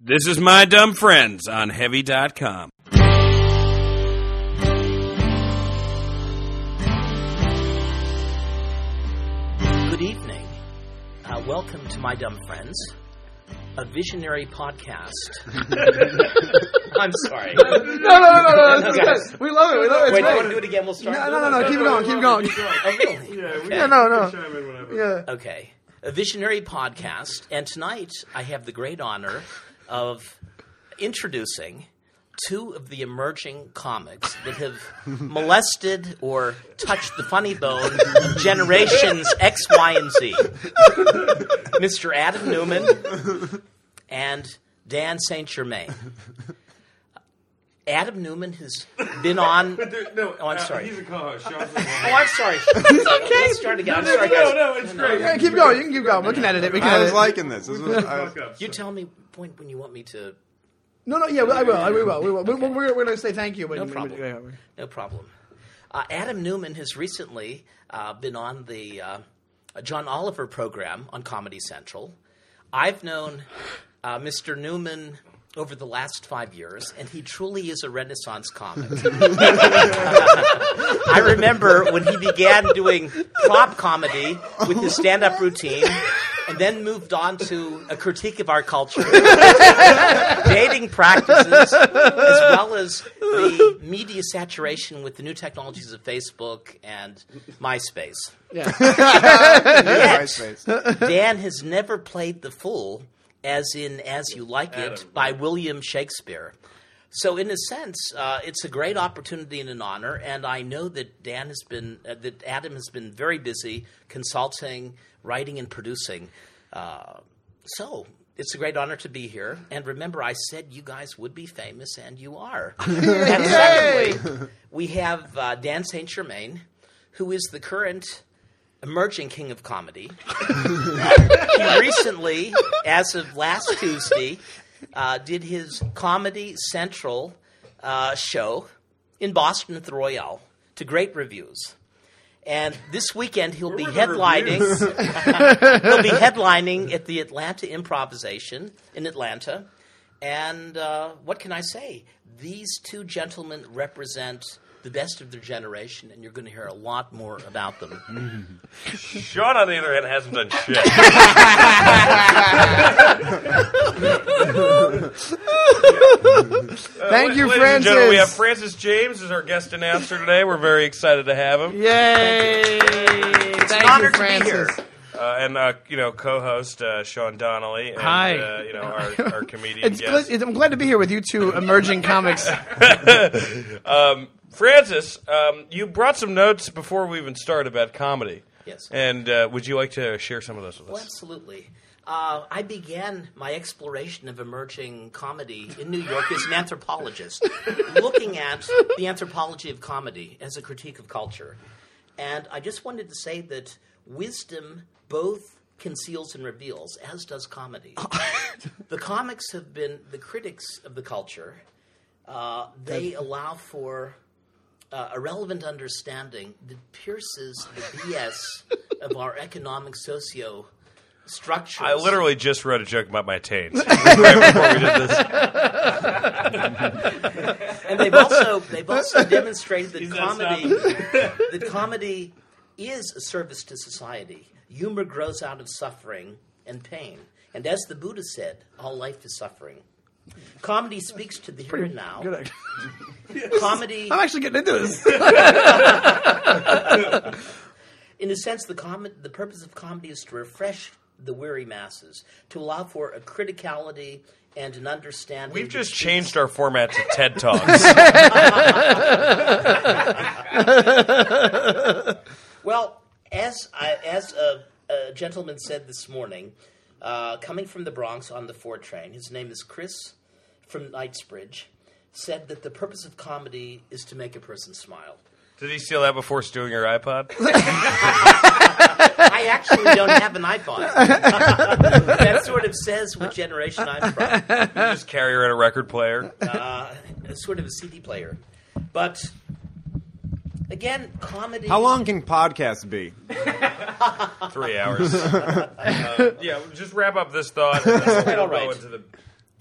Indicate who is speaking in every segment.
Speaker 1: This is My Dumb Friends on Heavy.com.
Speaker 2: Good evening. Uh, welcome to My Dumb Friends, a visionary podcast. I'm sorry. Wait,
Speaker 3: No, no, no, no, no. This is good. We love it. We love it.
Speaker 2: do
Speaker 3: It's
Speaker 2: you want to do
Speaker 3: great.
Speaker 2: it again? We'll start.
Speaker 3: No, no, no, no. Keep going. Keep going.
Speaker 2: Oh, really?
Speaker 3: Yeah, no, no. Yeah.
Speaker 2: Okay. A visionary podcast. And tonight I have the great honor of introducing two of the emerging comics that have molested or touched the funny bone of generations X, Y, and Z. Mr. Adam Newman and Dan St. Germain. Adam Newman has been on.
Speaker 4: No, uh,
Speaker 2: Oh, I'm sorry.
Speaker 4: He's a co-host. Sean's the
Speaker 2: Oh,
Speaker 4: one.
Speaker 2: I'm sorry. It's okay. Let's start again. I'm sorry, guys.
Speaker 4: no, it's great.
Speaker 3: Yeah, keep going. You can keep going. We can edit it. We can
Speaker 5: I
Speaker 3: edit
Speaker 5: was
Speaker 3: it.
Speaker 5: liking this. This was, I,
Speaker 4: Fuck up.
Speaker 2: You tell me when, when you want me to.
Speaker 3: no, no. Yeah, I will. I will. We will. We- We're, we're, we're going to say thank you. But
Speaker 2: No
Speaker 3: but-
Speaker 2: problem.
Speaker 3: yeah, we-
Speaker 2: No problem. Uh, Adam Newman has recently uh, been on the uh, John Oliver program on Comedy Central. I've known uh, Mr. Newman over the last five years, and he truly is a Renaissance comic. I remember when he began doing prop comedy with his stand up routine. And then moved on to a critique of our culture, dating practices, as well as the media saturation with the new technologies of Facebook and MySpace.
Speaker 3: Yeah.
Speaker 2: Yet,
Speaker 5: MySpace.
Speaker 2: Dan has never played the fool, as in As You Like It by William Shakespeare. So, in a sense, uh, it's a great opportunity and an honor. And I know that Dan has been, uh, that Adam has been very busy consulting, writing, and producing. Uh, so, it's a great honor to be here. And remember, I said you guys would be famous, and you are. and secondly, we have uh, Dan St. Germain, who is the current emerging king of comedy. he recently, as of last Tuesday, uh, did his Comedy Central uh, show in Boston at the Royale to great reviews. And this weekend he'll be
Speaker 4: were the
Speaker 2: headlining.
Speaker 4: reviews?
Speaker 2: he'll be headlining at the Atlanta Improvisation in Atlanta. And uh, what can I say? These two gentlemen represent the best of their generation, and you're going to hear a lot more about them.
Speaker 4: Sean, on the other hand, hasn't done shit.
Speaker 3: Thank you,
Speaker 4: Uh, Ladies and gentlemen, we have
Speaker 3: Francis.
Speaker 4: Francis James as our guest announcer today. We're very excited to have him.
Speaker 3: Yay. Thank
Speaker 2: honor
Speaker 3: you,
Speaker 2: to be
Speaker 3: Francis.
Speaker 2: here.
Speaker 4: Uh, and, uh, you know, co-host uh, Sean Donnelly. And,
Speaker 3: Hi.
Speaker 4: Uh, you know, our, our comedian
Speaker 3: It's
Speaker 4: guest.
Speaker 3: good. it's- I'm glad to be here with you two emerging comics.
Speaker 4: Francis, um, you brought some notes before we even started about comedy.
Speaker 2: Yes.
Speaker 4: And uh, would you like to share some of those with us?
Speaker 2: Well, Oh, absolutely. Uh, I began my exploration of emerging comedy in New York as an anthropologist, looking at the anthropology of comedy as a critique of culture. And I just wanted to say that wisdom both conceals and reveals, as does comedy. the comics have been the critics of the culture, uh, they allow for uh, a relevant understanding that pierces the BS of our economic socio structures.
Speaker 4: I literally just wrote a joke about my taint right before we did this.
Speaker 2: and they've also they've also demonstrated that comedy that comedy is a service to society. Humor grows out of suffering and pain, and as the Buddha said, all life is suffering. Comedy speaks to the here and now.
Speaker 3: Good act-
Speaker 2: Comedy
Speaker 3: I'm actually getting into this.
Speaker 2: in a sense, the, com- the purpose of comedy is to refresh the weary masses, to allow for a criticality and an understanding.
Speaker 4: We've
Speaker 2: that
Speaker 4: just
Speaker 2: speaks-
Speaker 4: changed our format to TED Talks.
Speaker 2: Well, as I, as a, a gentleman said this morning, uh, coming from the Bronx on the four train, his name is Chris from Knightsbridge, said that the purpose of comedy is to make a person smile.
Speaker 4: Did he steal that before stealing your iPod?
Speaker 2: I actually don't have an iPod. that sort of says what generation I'm from.
Speaker 4: just carry her in a record player.
Speaker 2: It's sort of a CD player. But again, comedy.
Speaker 5: How long can podcasts be?
Speaker 4: Three hours. Uh, yeah, just wrap up this thought. And then
Speaker 2: All
Speaker 4: we'll
Speaker 2: right.
Speaker 4: go into the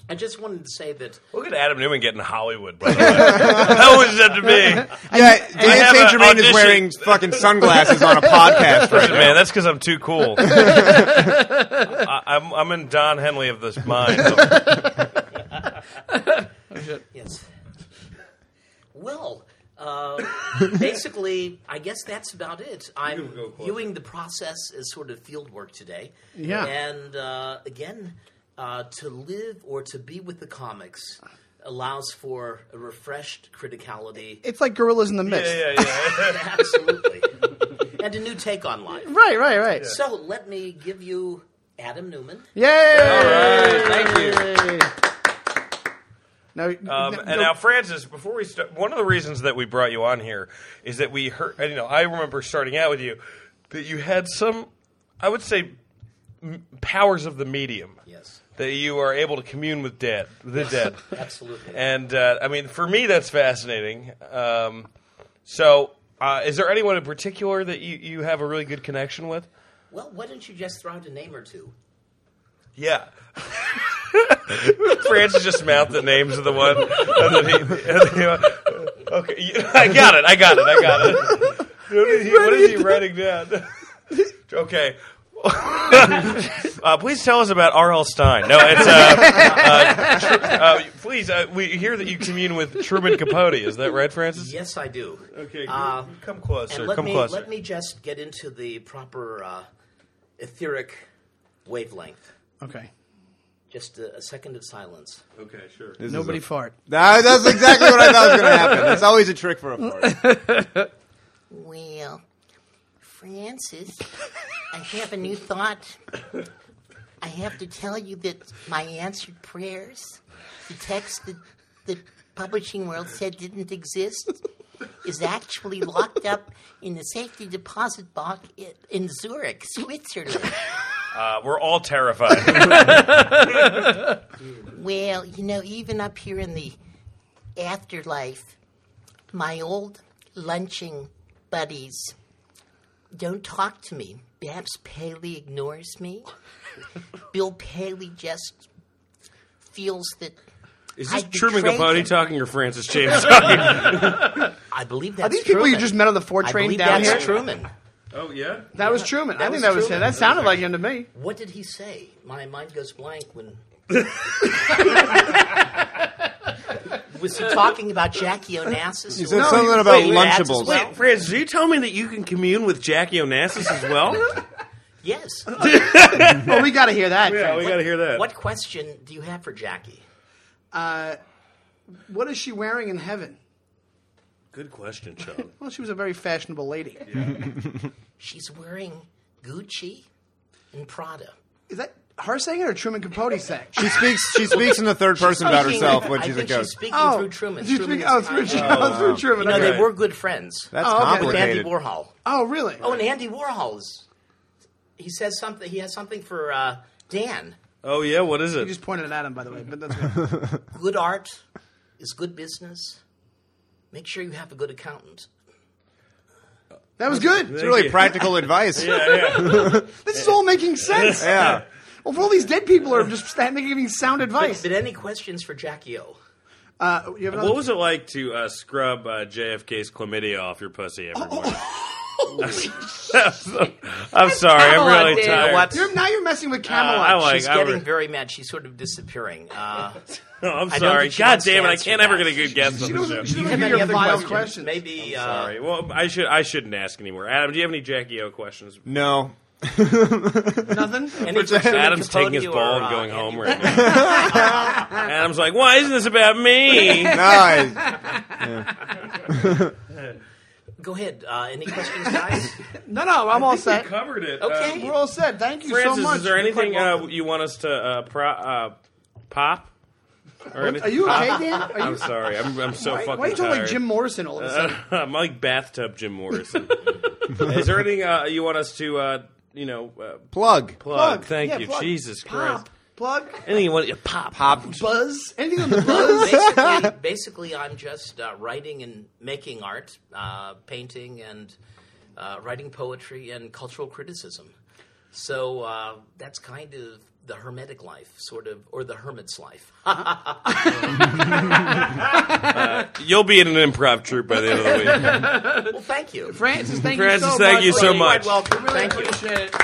Speaker 2: I just wanted to say that
Speaker 4: Look at Adam Newman getting Hollywood, by the way. that was up to me.
Speaker 5: Yeah,
Speaker 4: have
Speaker 5: Dan
Speaker 4: a
Speaker 5: St. Germain is
Speaker 4: audition.
Speaker 5: wearing fucking sunglasses on a podcast right now.
Speaker 4: Man, that's because I'm too cool. I, I'm, I'm in Don Henley of this mind.
Speaker 2: Yes. Well, uh, basically, I guess that's about it. I'm viewing the process as sort of field work today.
Speaker 3: Yeah.
Speaker 2: And uh, again, uh, to live or to be with the comics allows for a refreshed criticality.
Speaker 3: It's like gorillas in the mist.
Speaker 4: yeah, yeah, yeah.
Speaker 2: Absolutely. and a new take on life.
Speaker 3: Right, right, right.
Speaker 2: So let me give you Adam Newman.
Speaker 3: Yay!
Speaker 4: Thank you.
Speaker 3: Now,
Speaker 4: Um, and now, Francis, before we start, one of the reasons that we brought you on here is that we heard, and, you know, I remember starting out with you, that you had some, I would say, m- powers of the medium.
Speaker 2: Yes.
Speaker 4: That you are able to commune with dead, the dead.
Speaker 2: Absolutely.
Speaker 4: And, uh, I mean, for me, that's fascinating. Um, so, uh, is there anyone in particular that you, you have a really good connection with?
Speaker 2: Well, why don't you just throw out a name or two?
Speaker 4: Yeah. Francis just mouthed the names of the one. And then he, and then he went, okay, you- I got it. I got it. I got it. What is he, what is he writing down? okay. uh, please tell us about R.L. Stein. No, it's. Uh, uh, tr- uh, please, uh, we hear that you commune with Truman Capote. Is that right, Francis?
Speaker 2: Yes, I do.
Speaker 4: Okay,
Speaker 2: Uh,
Speaker 4: come closer.
Speaker 2: And let
Speaker 4: Come
Speaker 2: me
Speaker 4: closer.
Speaker 2: let me just get into the proper uh, etheric wavelength.
Speaker 3: okay.
Speaker 2: Just a, a second of silence.
Speaker 4: okay, sure.
Speaker 5: This is
Speaker 3: Nobody
Speaker 5: a-
Speaker 3: fart.
Speaker 5: Nah, that's exactly what I thought was going to happen. It's always a trick for a fart.
Speaker 6: Well, Francis, I have a new thought. I have to tell you that my answered prayers, the text that the publishing world said didn't exist, is actually locked up in the safety deposit box i- in Zurich, Switzerland.
Speaker 4: Uh, we're all terrified.
Speaker 6: Well, you know, even up here in the afterlife, my old lunching buddies don't talk to me. Babs Paley ignores me. Bill Paley just feels that.
Speaker 1: Is
Speaker 6: I
Speaker 1: this Truman
Speaker 6: betrayed
Speaker 1: Capote
Speaker 6: him.
Speaker 1: talking or Francis James?
Speaker 4: Oh,
Speaker 2: I believe
Speaker 3: Are
Speaker 2: that's
Speaker 3: these people
Speaker 2: Truman.
Speaker 3: you just met on the Ford
Speaker 2: I
Speaker 3: train
Speaker 2: believe
Speaker 3: down
Speaker 2: that's
Speaker 3: here?
Speaker 2: Truman.
Speaker 1: oh yeah.
Speaker 3: That was Truman. I
Speaker 2: That
Speaker 3: think
Speaker 2: was
Speaker 3: that was him.
Speaker 2: Truman.
Speaker 3: That sounded like him to me.
Speaker 2: What did he say? My mind goes blank when. Was he talking about Jackie Onassis?
Speaker 5: He said
Speaker 2: or-
Speaker 5: something about
Speaker 2: wait,
Speaker 5: Lunchables.
Speaker 2: wait,
Speaker 5: Wait,
Speaker 1: Francis, are you telling me that you can commune with Jackie Onassis as well?
Speaker 2: Yes.
Speaker 3: Well, we got to hear that. Frank.
Speaker 1: we got to hear that.
Speaker 2: What question do you have for Jackie?
Speaker 3: Uh, What is she wearing in heaven?
Speaker 1: Good question, Sean.
Speaker 3: Well, she was a very fashionable lady.
Speaker 6: She's wearing Gucci and Prada.
Speaker 3: Is that her saying it or Truman Capote saying? it?
Speaker 5: She speaks. She speaks in the third person about
Speaker 2: Speaking-
Speaker 5: herself when
Speaker 2: I
Speaker 5: she's a
Speaker 2: think
Speaker 5: ghost.
Speaker 2: speaking
Speaker 3: Oh,
Speaker 2: through Truman.
Speaker 3: she's
Speaker 2: Truman
Speaker 3: speaking-
Speaker 2: is
Speaker 3: oh,
Speaker 2: talking-
Speaker 3: through, oh, through Truman.
Speaker 2: No,
Speaker 3: okay.
Speaker 2: they were good friends.
Speaker 5: That's
Speaker 3: Oh, okay.
Speaker 2: with Andy
Speaker 5: complicated.
Speaker 2: Warhol.
Speaker 3: Oh, really?
Speaker 2: Oh, and Andy Warhol's. He says something. He has something for uh, Dan.
Speaker 1: Oh yeah, what is
Speaker 3: You
Speaker 1: it?
Speaker 3: just pointed it at him, by the way. But that's good.
Speaker 2: Good art is good business. Make sure you have a good accountant.
Speaker 3: That was good.
Speaker 5: It's really
Speaker 1: you.
Speaker 5: practical advice. yeah.
Speaker 3: This is all making sense. Well, for all these dead people are just sta- giving sound advice.
Speaker 2: But any questions for Jackie O?
Speaker 3: Uh, you have another-
Speaker 1: What was it like to uh, scrub uh, JFK's chlamydia off your pussy every morning? I'm sorry, I'm
Speaker 2: Camelot
Speaker 1: really
Speaker 2: did
Speaker 1: tired.
Speaker 2: what-
Speaker 3: You're, now you're messing with
Speaker 1: Uh, I
Speaker 3: Camelot.
Speaker 1: like.
Speaker 2: She's
Speaker 1: I
Speaker 2: getting
Speaker 1: re-
Speaker 2: very mad. She's sort of disappearing. Uh,
Speaker 1: No, I'm
Speaker 2: don't
Speaker 1: sorry.
Speaker 2: think she
Speaker 1: God
Speaker 2: wants to
Speaker 1: damn it! I
Speaker 2: answer
Speaker 1: can't ever
Speaker 2: that.
Speaker 1: get a good guess on
Speaker 3: she
Speaker 1: the
Speaker 3: doesn't,
Speaker 1: show.
Speaker 3: she
Speaker 2: do you have
Speaker 3: doesn't give
Speaker 2: any
Speaker 3: your
Speaker 2: other
Speaker 3: vile
Speaker 2: questions?
Speaker 3: questions.
Speaker 2: Maybe. uh,
Speaker 1: Sorry. Well, I should. I shouldn't ask anymore. Adam, do you have any Jackie O questions?
Speaker 5: No.
Speaker 3: Nothing?
Speaker 2: any for Truman
Speaker 1: Adam's
Speaker 2: Capote
Speaker 1: taking his
Speaker 2: or,
Speaker 1: ball
Speaker 2: uh,
Speaker 1: and going home right
Speaker 2: Andy
Speaker 1: now. Adam's like, why isn't this about me?
Speaker 5: No. I,
Speaker 2: Go ahead. Uh, any questions, guys?
Speaker 3: No, no, I'm all set.
Speaker 1: Covered it.
Speaker 2: Okay.
Speaker 3: We're all set. Thank you
Speaker 1: Francis,
Speaker 3: so much.
Speaker 1: is there
Speaker 3: You're
Speaker 1: anything
Speaker 3: quite
Speaker 1: uh,
Speaker 3: welcome.
Speaker 1: you want us to uh, pro- uh, pop? Or anything?
Speaker 3: Are you okay, Dan? Are you,
Speaker 1: I'm sorry. I'm, I'm so
Speaker 3: why,
Speaker 1: fucking
Speaker 3: why are you talking
Speaker 1: tired.
Speaker 3: like Jim Morrison all of a sudden?
Speaker 1: I'm like bathtub Jim Morrison. is there anything uh, you want us to, uh, you know, uh, plug?
Speaker 5: plug.
Speaker 1: Thank
Speaker 3: Yeah,
Speaker 1: you,
Speaker 3: plug.
Speaker 1: Jesus Christ.
Speaker 3: Pop. Plug.
Speaker 1: Anything you want? yeah, Pop.
Speaker 5: Pop.
Speaker 3: Buzz. Anything on the buzz?
Speaker 2: basically, basically, I'm just uh, writing and making art, uh, painting and uh, writing poetry and cultural criticism. So uh, that's kind of the hermetic life, sort of, or the hermit's life.
Speaker 1: You'll be in an improv troupe by the end of the week.
Speaker 2: well, thank you.
Speaker 7: Francis, thank
Speaker 1: Francis,
Speaker 7: you so
Speaker 1: thank
Speaker 7: much.
Speaker 1: you
Speaker 7: for
Speaker 1: so
Speaker 7: being
Speaker 1: much.
Speaker 7: quite Welcome. Really
Speaker 2: Thank you.
Speaker 7: appreciate it.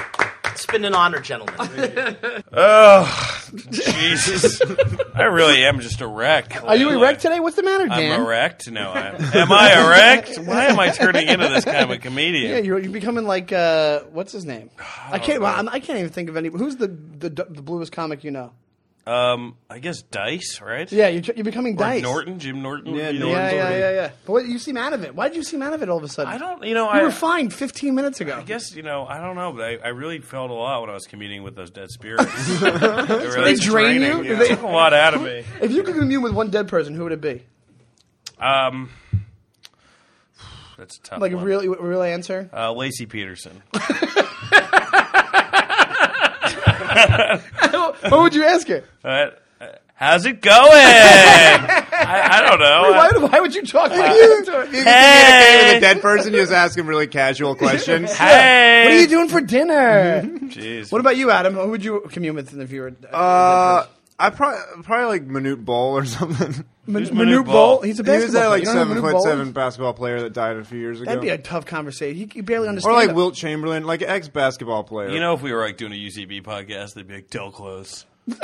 Speaker 2: It's been an honor, gentlemen.
Speaker 1: Oh, Jesus. I really am just a wreck.
Speaker 3: Are you erect today? What's the matter, Dan?
Speaker 1: I'm erect? No, I am I erect? Why am I turning into this kind of a comedian?
Speaker 3: Yeah, you're, you're becoming like uh, what's his name? I can't. Well, I'm, I can't even think of any. Who's the the, the bluest comic you know?
Speaker 1: um, I guess Dice, right?
Speaker 3: Yeah, you're, tr- you're becoming
Speaker 1: Or
Speaker 3: Dice.
Speaker 1: Norton, Jim Norton.
Speaker 5: Yeah,
Speaker 1: You know,
Speaker 5: Norton.
Speaker 3: Yeah, yeah, yeah, yeah. But what, you seem out of it. Why did you seem out of it all of a sudden?
Speaker 1: I don't, you know,
Speaker 3: You
Speaker 1: I
Speaker 3: were fine 15 minutes ago.
Speaker 1: I guess you know. I don't know, but I, I really felt a lot when I was commuting with those dead spirits. they really
Speaker 3: They drain you?
Speaker 1: Yeah.
Speaker 3: They-
Speaker 1: took a lot out of me.
Speaker 3: if you could commune with one dead person, who would it be?
Speaker 1: Um, that's a tough.
Speaker 3: Like a
Speaker 1: one.
Speaker 3: real, a real answer.
Speaker 1: uh, Lacey Peterson.
Speaker 3: what would you ask her?
Speaker 1: Uh, how's it going? I, I don't know.
Speaker 3: Why, would- why would you talk like that to her?
Speaker 5: If you communicate with a dead person, you just ask him really casual questions.
Speaker 1: hey,
Speaker 3: What are you doing for dinner?
Speaker 1: Jeez.
Speaker 3: what about you, Adam? Who would you commune with if you were? a-
Speaker 5: Uh, I probably probably like Manute Bol or something.
Speaker 3: Man-
Speaker 1: Who's Manute Bol?
Speaker 3: Bol? He's a
Speaker 5: He was
Speaker 3: basketball.
Speaker 5: that like
Speaker 3: player. You don't know
Speaker 5: seven
Speaker 3: Manute
Speaker 5: foot
Speaker 3: Bol
Speaker 5: seven
Speaker 3: is?
Speaker 5: basketball player that died a few years ago.
Speaker 3: That'd be a tough conversation. You, you barely understand.
Speaker 5: or like
Speaker 3: him.
Speaker 5: Wilt Chamberlain, like ex basketball player.
Speaker 1: You know, if we were like doing a UCB podcast, they'd be like Del Close. Del,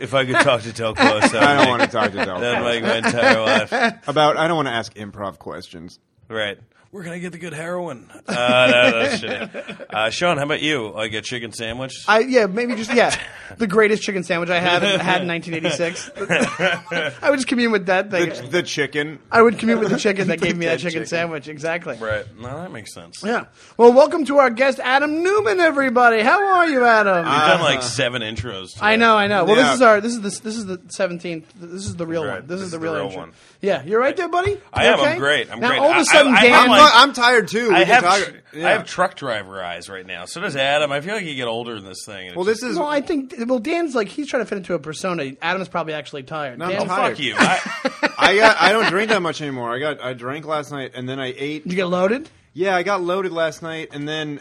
Speaker 1: if I could talk to Del Close,
Speaker 5: I don't want to talk to
Speaker 1: That'd
Speaker 5: Del
Speaker 1: make my entire life.
Speaker 5: about. I don't want to ask improv questions.
Speaker 1: Right. Where can I get the good heroin? Uh, no, no, shit. Uh, Sean, how about you? Like a chicken sandwich?
Speaker 3: I, yeah, maybe just yeah, the greatest chicken sandwich I had had in 1986. I would just commune with that thing.
Speaker 5: The, the chicken.
Speaker 3: I would commute with the chicken that gave me that
Speaker 5: Dead
Speaker 3: chicken,
Speaker 5: chicken.
Speaker 3: sandwich. Exactly.
Speaker 1: right. No, that makes sense.
Speaker 3: Yeah. Well, welcome to our guest, Adam Newman. Everybody, how are you, Adam?
Speaker 1: We've done like
Speaker 5: Uh-huh.
Speaker 1: seven intros. Today.
Speaker 3: I know, I know. Well,
Speaker 5: Yeah.
Speaker 3: this is our this is the this is the seventeenth. This is the real
Speaker 1: Right.
Speaker 3: one. This, is the
Speaker 1: the
Speaker 3: real,
Speaker 1: real
Speaker 3: intro.
Speaker 1: one.
Speaker 3: Yeah, you're right there, buddy.
Speaker 1: I am. I'm
Speaker 3: Okay?
Speaker 1: great. I'm
Speaker 3: now,
Speaker 1: great.
Speaker 3: All of
Speaker 1: I-
Speaker 3: a sudden,
Speaker 1: I- I'm
Speaker 3: Dan.
Speaker 5: I'm,
Speaker 1: like-
Speaker 5: I'm tired too. We
Speaker 1: I
Speaker 5: can
Speaker 1: have
Speaker 5: talk-
Speaker 1: tr-
Speaker 5: yeah.
Speaker 1: I have truck driver eyes right now. So does Adam. I feel like you get older in this thing. and
Speaker 5: well,
Speaker 1: it's
Speaker 5: this is
Speaker 3: well, I think well, Dan's like he's trying to fit into a persona. Adam's probably actually tired.
Speaker 5: No, I'm
Speaker 3: Dan,
Speaker 5: tired.
Speaker 1: just- fuck you. I,
Speaker 5: I got. I don't drink that much anymore. I got. I drank last night, and then I ate.
Speaker 3: Did you get loaded?
Speaker 5: Yeah, I got loaded last night, and then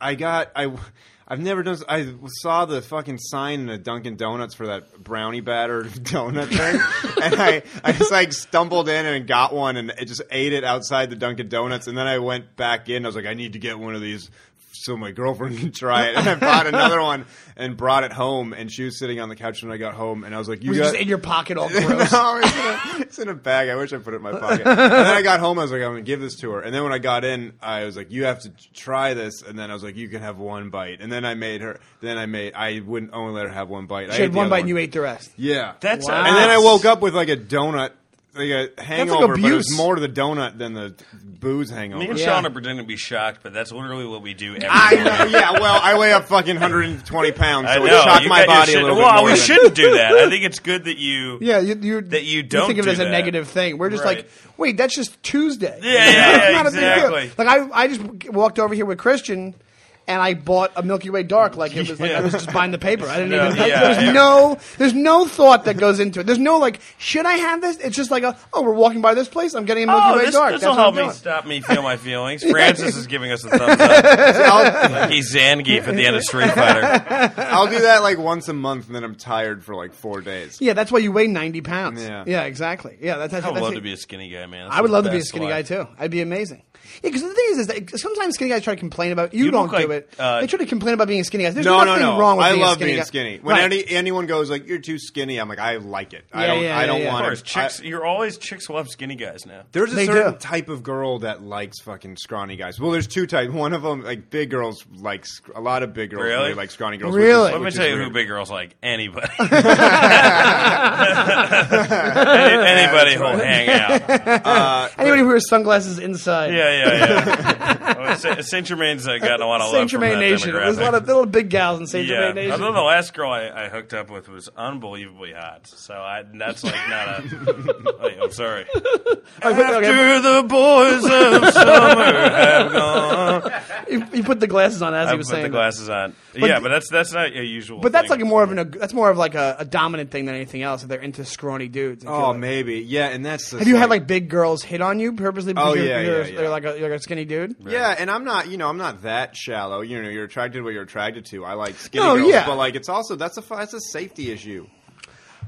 Speaker 5: I got I. I've never done. I saw the fucking sign in the Dunkin' Donuts for that brownie batter donut thing, and I, I just like stumbled in and got one, and I just ate it outside the Dunkin' Donuts, and then I went back in. I was like, I need to get one of these so my girlfriend can try it, and I bought another one and brought it home, and she was sitting on the couch when I got home, and I was like, you
Speaker 3: Or was it
Speaker 5: got
Speaker 3: just in your pocket all
Speaker 5: no,
Speaker 3: gross?
Speaker 5: it's in, a, it's in a bag. I wish I put it in my pocket. And then I got home. I was like, I'm gonna give this to her. And then when I got in, I was like, you have to try this. And then I was like, you can have one bite. And then I made her. Then I made. I wouldn't only let her have one bite. I
Speaker 3: She
Speaker 5: ate
Speaker 3: had
Speaker 5: the
Speaker 3: one
Speaker 5: other
Speaker 3: bite and you ate the rest.
Speaker 5: Yeah.
Speaker 1: that's
Speaker 3: Wow.
Speaker 5: And then I woke up with like a donut, like a hangover. but it was
Speaker 3: abuse.
Speaker 5: more to the donut than the booze hangover.
Speaker 1: Me and
Speaker 3: Yeah.
Speaker 1: Sean are pretending to be shocked, but that's literally what we do. Every
Speaker 5: I
Speaker 1: morning.
Speaker 5: know. Yeah. Well, I weigh up fucking 120 pounds,
Speaker 1: I
Speaker 5: so it
Speaker 1: know.
Speaker 5: shocked
Speaker 1: You
Speaker 5: my
Speaker 1: got your
Speaker 5: body
Speaker 1: shit-
Speaker 5: a little
Speaker 1: well,
Speaker 5: bit more.
Speaker 1: we
Speaker 5: than-
Speaker 1: shouldn't do that. I think it's good that you.
Speaker 3: Yeah, you, you're,
Speaker 1: That you
Speaker 3: you
Speaker 1: don't
Speaker 3: think of it
Speaker 1: do
Speaker 3: as a
Speaker 1: that.
Speaker 3: negative thing. We're just
Speaker 1: Right.
Speaker 3: like, wait, that's just Tuesday.
Speaker 1: Yeah, yeah,
Speaker 3: It's
Speaker 1: yeah,
Speaker 3: not a big deal.
Speaker 1: exactly.
Speaker 3: Like I, I just walked over here with Christian, and I bought a Milky Way Dark. Like it was like I
Speaker 1: Yeah.
Speaker 3: was just buying the paper. I didn't
Speaker 1: No,
Speaker 3: even.
Speaker 1: yeah,
Speaker 3: there's
Speaker 1: yeah.
Speaker 3: no, there's no thought that goes into it. There's no like, should I have this? It's just like, a, oh, we're walking by this place. I'm getting a Milky
Speaker 1: Oh,
Speaker 3: Way
Speaker 1: this,
Speaker 3: Dark.
Speaker 1: this
Speaker 3: That's
Speaker 1: will
Speaker 3: what
Speaker 1: help
Speaker 3: I'm
Speaker 1: me
Speaker 3: doing.
Speaker 1: stop me feel my feelings. Francis is giving us a thumbs up. like he's Zangief at the end of Street Fighter.
Speaker 5: I'll do that like once a month, and then I'm tired for like four days.
Speaker 3: Yeah, that's why you weigh 90 pounds.
Speaker 5: Yeah.
Speaker 3: exactly. Yeah, that's.
Speaker 1: I
Speaker 3: that's
Speaker 1: would love to be a skinny guy, man. That's
Speaker 3: I would
Speaker 1: the
Speaker 3: love to be a
Speaker 1: best
Speaker 3: skinny guy
Speaker 1: life.
Speaker 3: too. I'd be amazing. Yeah, because the thing is, is that sometimes skinny guys try to complain about you,
Speaker 1: You
Speaker 3: don't
Speaker 1: look
Speaker 3: do
Speaker 1: like,
Speaker 3: it.
Speaker 1: uh,
Speaker 3: they try to complain about being a skinny guy. There's nothing wrong with
Speaker 5: I
Speaker 3: being a
Speaker 5: love
Speaker 3: skinny
Speaker 5: being
Speaker 3: guy.
Speaker 5: skinny. When
Speaker 3: Right.
Speaker 5: any, anyone goes like, "You're too skinny," I'm like, "I like it. I
Speaker 3: Yeah,
Speaker 5: don't.
Speaker 3: yeah,
Speaker 5: I don't
Speaker 3: yeah, yeah.
Speaker 5: want
Speaker 1: Of
Speaker 5: it."
Speaker 1: course, chicks.
Speaker 5: I-
Speaker 1: you're always chicks love skinny guys now.
Speaker 5: e, there's a
Speaker 3: They
Speaker 5: certain
Speaker 3: do.
Speaker 5: type of girl that likes fucking scrawny guys. Well, there's two types. One of them, like big girls, like sc- a lot of big girls
Speaker 1: Really?
Speaker 5: really like scrawny girls.
Speaker 3: Really?
Speaker 5: Which is,
Speaker 1: Let me
Speaker 5: which is
Speaker 1: tell you
Speaker 5: weird.
Speaker 1: who big girls like anybody. Any- anybody who'll hang out. Yeah,
Speaker 5: Uh,
Speaker 3: anybody who wears sunglasses inside.
Speaker 1: yeah, yeah. Well, Sa- Saint Germain's uh, gotten a lot of
Speaker 3: Saint
Speaker 1: love from
Speaker 3: Germain
Speaker 1: that
Speaker 3: Nation. There's a lot
Speaker 1: demographic.
Speaker 3: of little big gals in Saint
Speaker 1: Yeah,
Speaker 3: Germain Nation.
Speaker 1: although the last girl I, I hooked up with was unbelievably hot, so I, that's like not a. like, I'm sorry.
Speaker 3: Okay, okay,
Speaker 1: After the boys of summer have gone,
Speaker 3: you, you put the glasses on as
Speaker 1: I
Speaker 3: he was
Speaker 1: put
Speaker 3: saying.
Speaker 1: the
Speaker 3: that.
Speaker 1: glasses on. yeah, but that's that's not a usual.
Speaker 3: But that's
Speaker 1: thing.
Speaker 3: like more of an ag- that's more of like a, a dominant thing than anything else. If they're into scrawny dudes. I feel
Speaker 5: Oh,
Speaker 3: like.
Speaker 5: maybe. Yeah, and that's.
Speaker 3: Have you had like big girls hit on you purposely? Because
Speaker 5: Oh,
Speaker 3: you're,
Speaker 5: yeah,
Speaker 3: you're,
Speaker 5: yeah, yeah.
Speaker 3: They're like a, you're like a skinny dude.
Speaker 5: Yeah, and I'm not. You know, I'm not that shallow. though. You know, you're attracted to what you're attracted to. I like skinny
Speaker 3: No,
Speaker 5: girls,
Speaker 3: yeah.
Speaker 5: but like it's also that's a fi- that's a safety issue.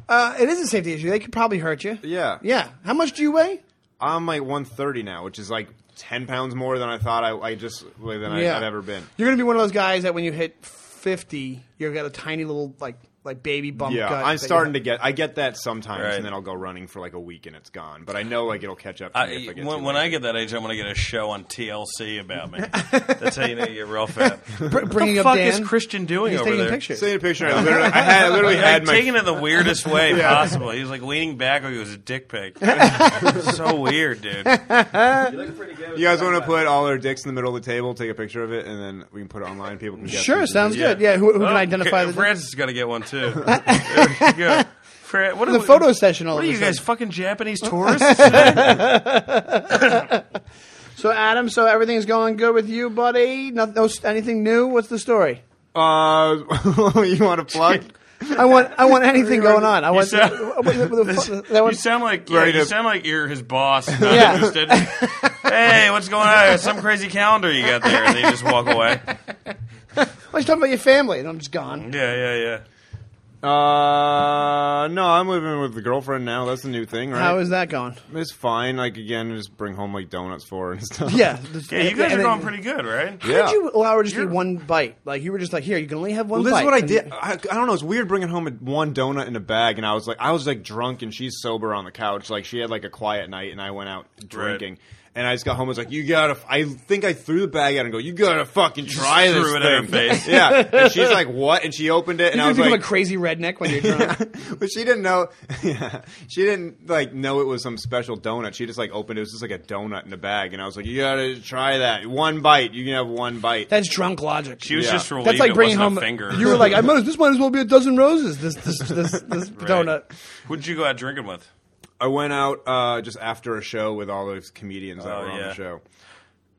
Speaker 3: Uh, it is a safety issue. They could probably hurt you.
Speaker 5: Yeah.
Speaker 3: Yeah. How much do you weigh?
Speaker 5: I'm like 130 now, which is like 10 pounds more than I thought I, I just than I,
Speaker 3: yeah.
Speaker 5: I've ever been.
Speaker 3: You're gonna be one of those guys that when you hit fifty, you've got a tiny little like like baby bump.
Speaker 5: Yeah,
Speaker 3: gut
Speaker 5: I'm
Speaker 3: that you
Speaker 5: starting to
Speaker 3: have.
Speaker 5: get. I get that sometimes,
Speaker 1: Right.
Speaker 5: and then I'll go running for like a week and it's gone. But I know like it'll catch up. To me
Speaker 1: I,
Speaker 5: if I get
Speaker 1: when
Speaker 5: too
Speaker 1: when
Speaker 5: lazy.
Speaker 1: I get that age, I'm going to get a show on TLC about me. That's how you know you're real fat.
Speaker 3: Br- bringing
Speaker 1: the
Speaker 3: up
Speaker 1: fuck
Speaker 3: Dan.
Speaker 1: is Christian doing
Speaker 3: He's
Speaker 1: over
Speaker 3: taking
Speaker 1: there?
Speaker 3: pictures.
Speaker 5: Seeing a picture, I literally, I had, I literally had my
Speaker 1: taking it the weirdest way possible. He was like leaning back like it was a dick pic. so weird, dude.
Speaker 5: You guys want to put all our dicks in the middle of the table, take a picture of it, and then we can put it online. People can guess.
Speaker 3: Sure,
Speaker 5: who's
Speaker 3: sounds
Speaker 5: it
Speaker 3: good. Yeah, who, who
Speaker 1: Oh,
Speaker 3: can identify
Speaker 1: okay,
Speaker 3: the
Speaker 1: Francis has got to get one too. There we go. Fra- what are
Speaker 3: the
Speaker 1: we-
Speaker 3: photo session? All
Speaker 1: What are
Speaker 3: of a
Speaker 1: you guys
Speaker 3: sudden.
Speaker 1: fucking Japanese tourists?
Speaker 3: So Adam, so everything's going good with you, buddy? No, no anything new? What's the story?
Speaker 5: is. Uh, you want to plug?
Speaker 3: I want I want anything going on. I want.
Speaker 1: sound-
Speaker 3: what- what- what the fu- that
Speaker 1: you
Speaker 3: one-
Speaker 1: sound like yeah,
Speaker 5: Right
Speaker 1: you
Speaker 5: up.
Speaker 1: sound like you're his boss. Not
Speaker 3: Yeah.
Speaker 1: interested. hey, what's going on? Some crazy calendar you got there, and they just walk away.
Speaker 3: Why you talking about your family? And I'm just gone.
Speaker 1: Yeah, yeah, yeah.
Speaker 5: Uh, no, I'm living with the girlfriend now. That's the new thing, right?
Speaker 3: How is that going?
Speaker 5: it's fine. Like again, just bring home like donuts for her and stuff.
Speaker 3: Yeah.
Speaker 1: Yeah, you guys are going pretty good, right?
Speaker 3: How did
Speaker 5: Yeah.
Speaker 3: you allow her just to
Speaker 1: You're-
Speaker 3: be one bite? Like you were just like, here, you can only have one.
Speaker 5: Well, this is
Speaker 3: bite.
Speaker 5: what I
Speaker 3: And-
Speaker 5: did. I, I don't know. It's weird bringing home a, one donut in a bag, and I was like, I was like drunk, and she's sober on the couch. Like she had like a quiet night, and I went out drinking, and I just got home. I was like, you gotta. f- I think I threw the bag at her and go, you gotta fucking try
Speaker 1: just
Speaker 5: this
Speaker 1: threw it
Speaker 5: thing.
Speaker 1: at her face.
Speaker 5: yeah, and she's like, what? And she opened it, and
Speaker 3: You
Speaker 5: I was
Speaker 3: become
Speaker 5: like,
Speaker 3: a crazy redneck when you're drunk.
Speaker 5: but she didn't know. Yeah, she didn't like know it was some special donut. She just like opened it. It was just like a donut in a bag, and I was like, you gotta try that. One bite. You can have one bite.
Speaker 3: That's drunk logic.
Speaker 1: She was
Speaker 5: Yeah.
Speaker 1: just relieved
Speaker 3: That's like
Speaker 1: it
Speaker 3: bringing
Speaker 1: wasn't
Speaker 3: home.
Speaker 1: a finger.
Speaker 3: You were like, I might. This might as well be a dozen roses. This this this, this donut.
Speaker 1: Who'd you go out drinking with?
Speaker 5: I went out uh, just after a show with all those comedians that
Speaker 1: Oh,
Speaker 5: were on
Speaker 1: yeah.
Speaker 5: the show.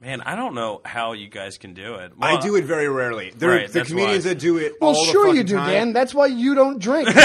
Speaker 1: Man, I don't know how you guys can do it.
Speaker 5: I do it very rarely. There
Speaker 1: Right,
Speaker 5: are the
Speaker 1: that's
Speaker 5: comedians
Speaker 1: why.
Speaker 5: that do it.
Speaker 3: Well,
Speaker 5: all the
Speaker 3: sure you
Speaker 5: fucking
Speaker 3: do,
Speaker 5: time.
Speaker 3: Dan. That's why you don't drink.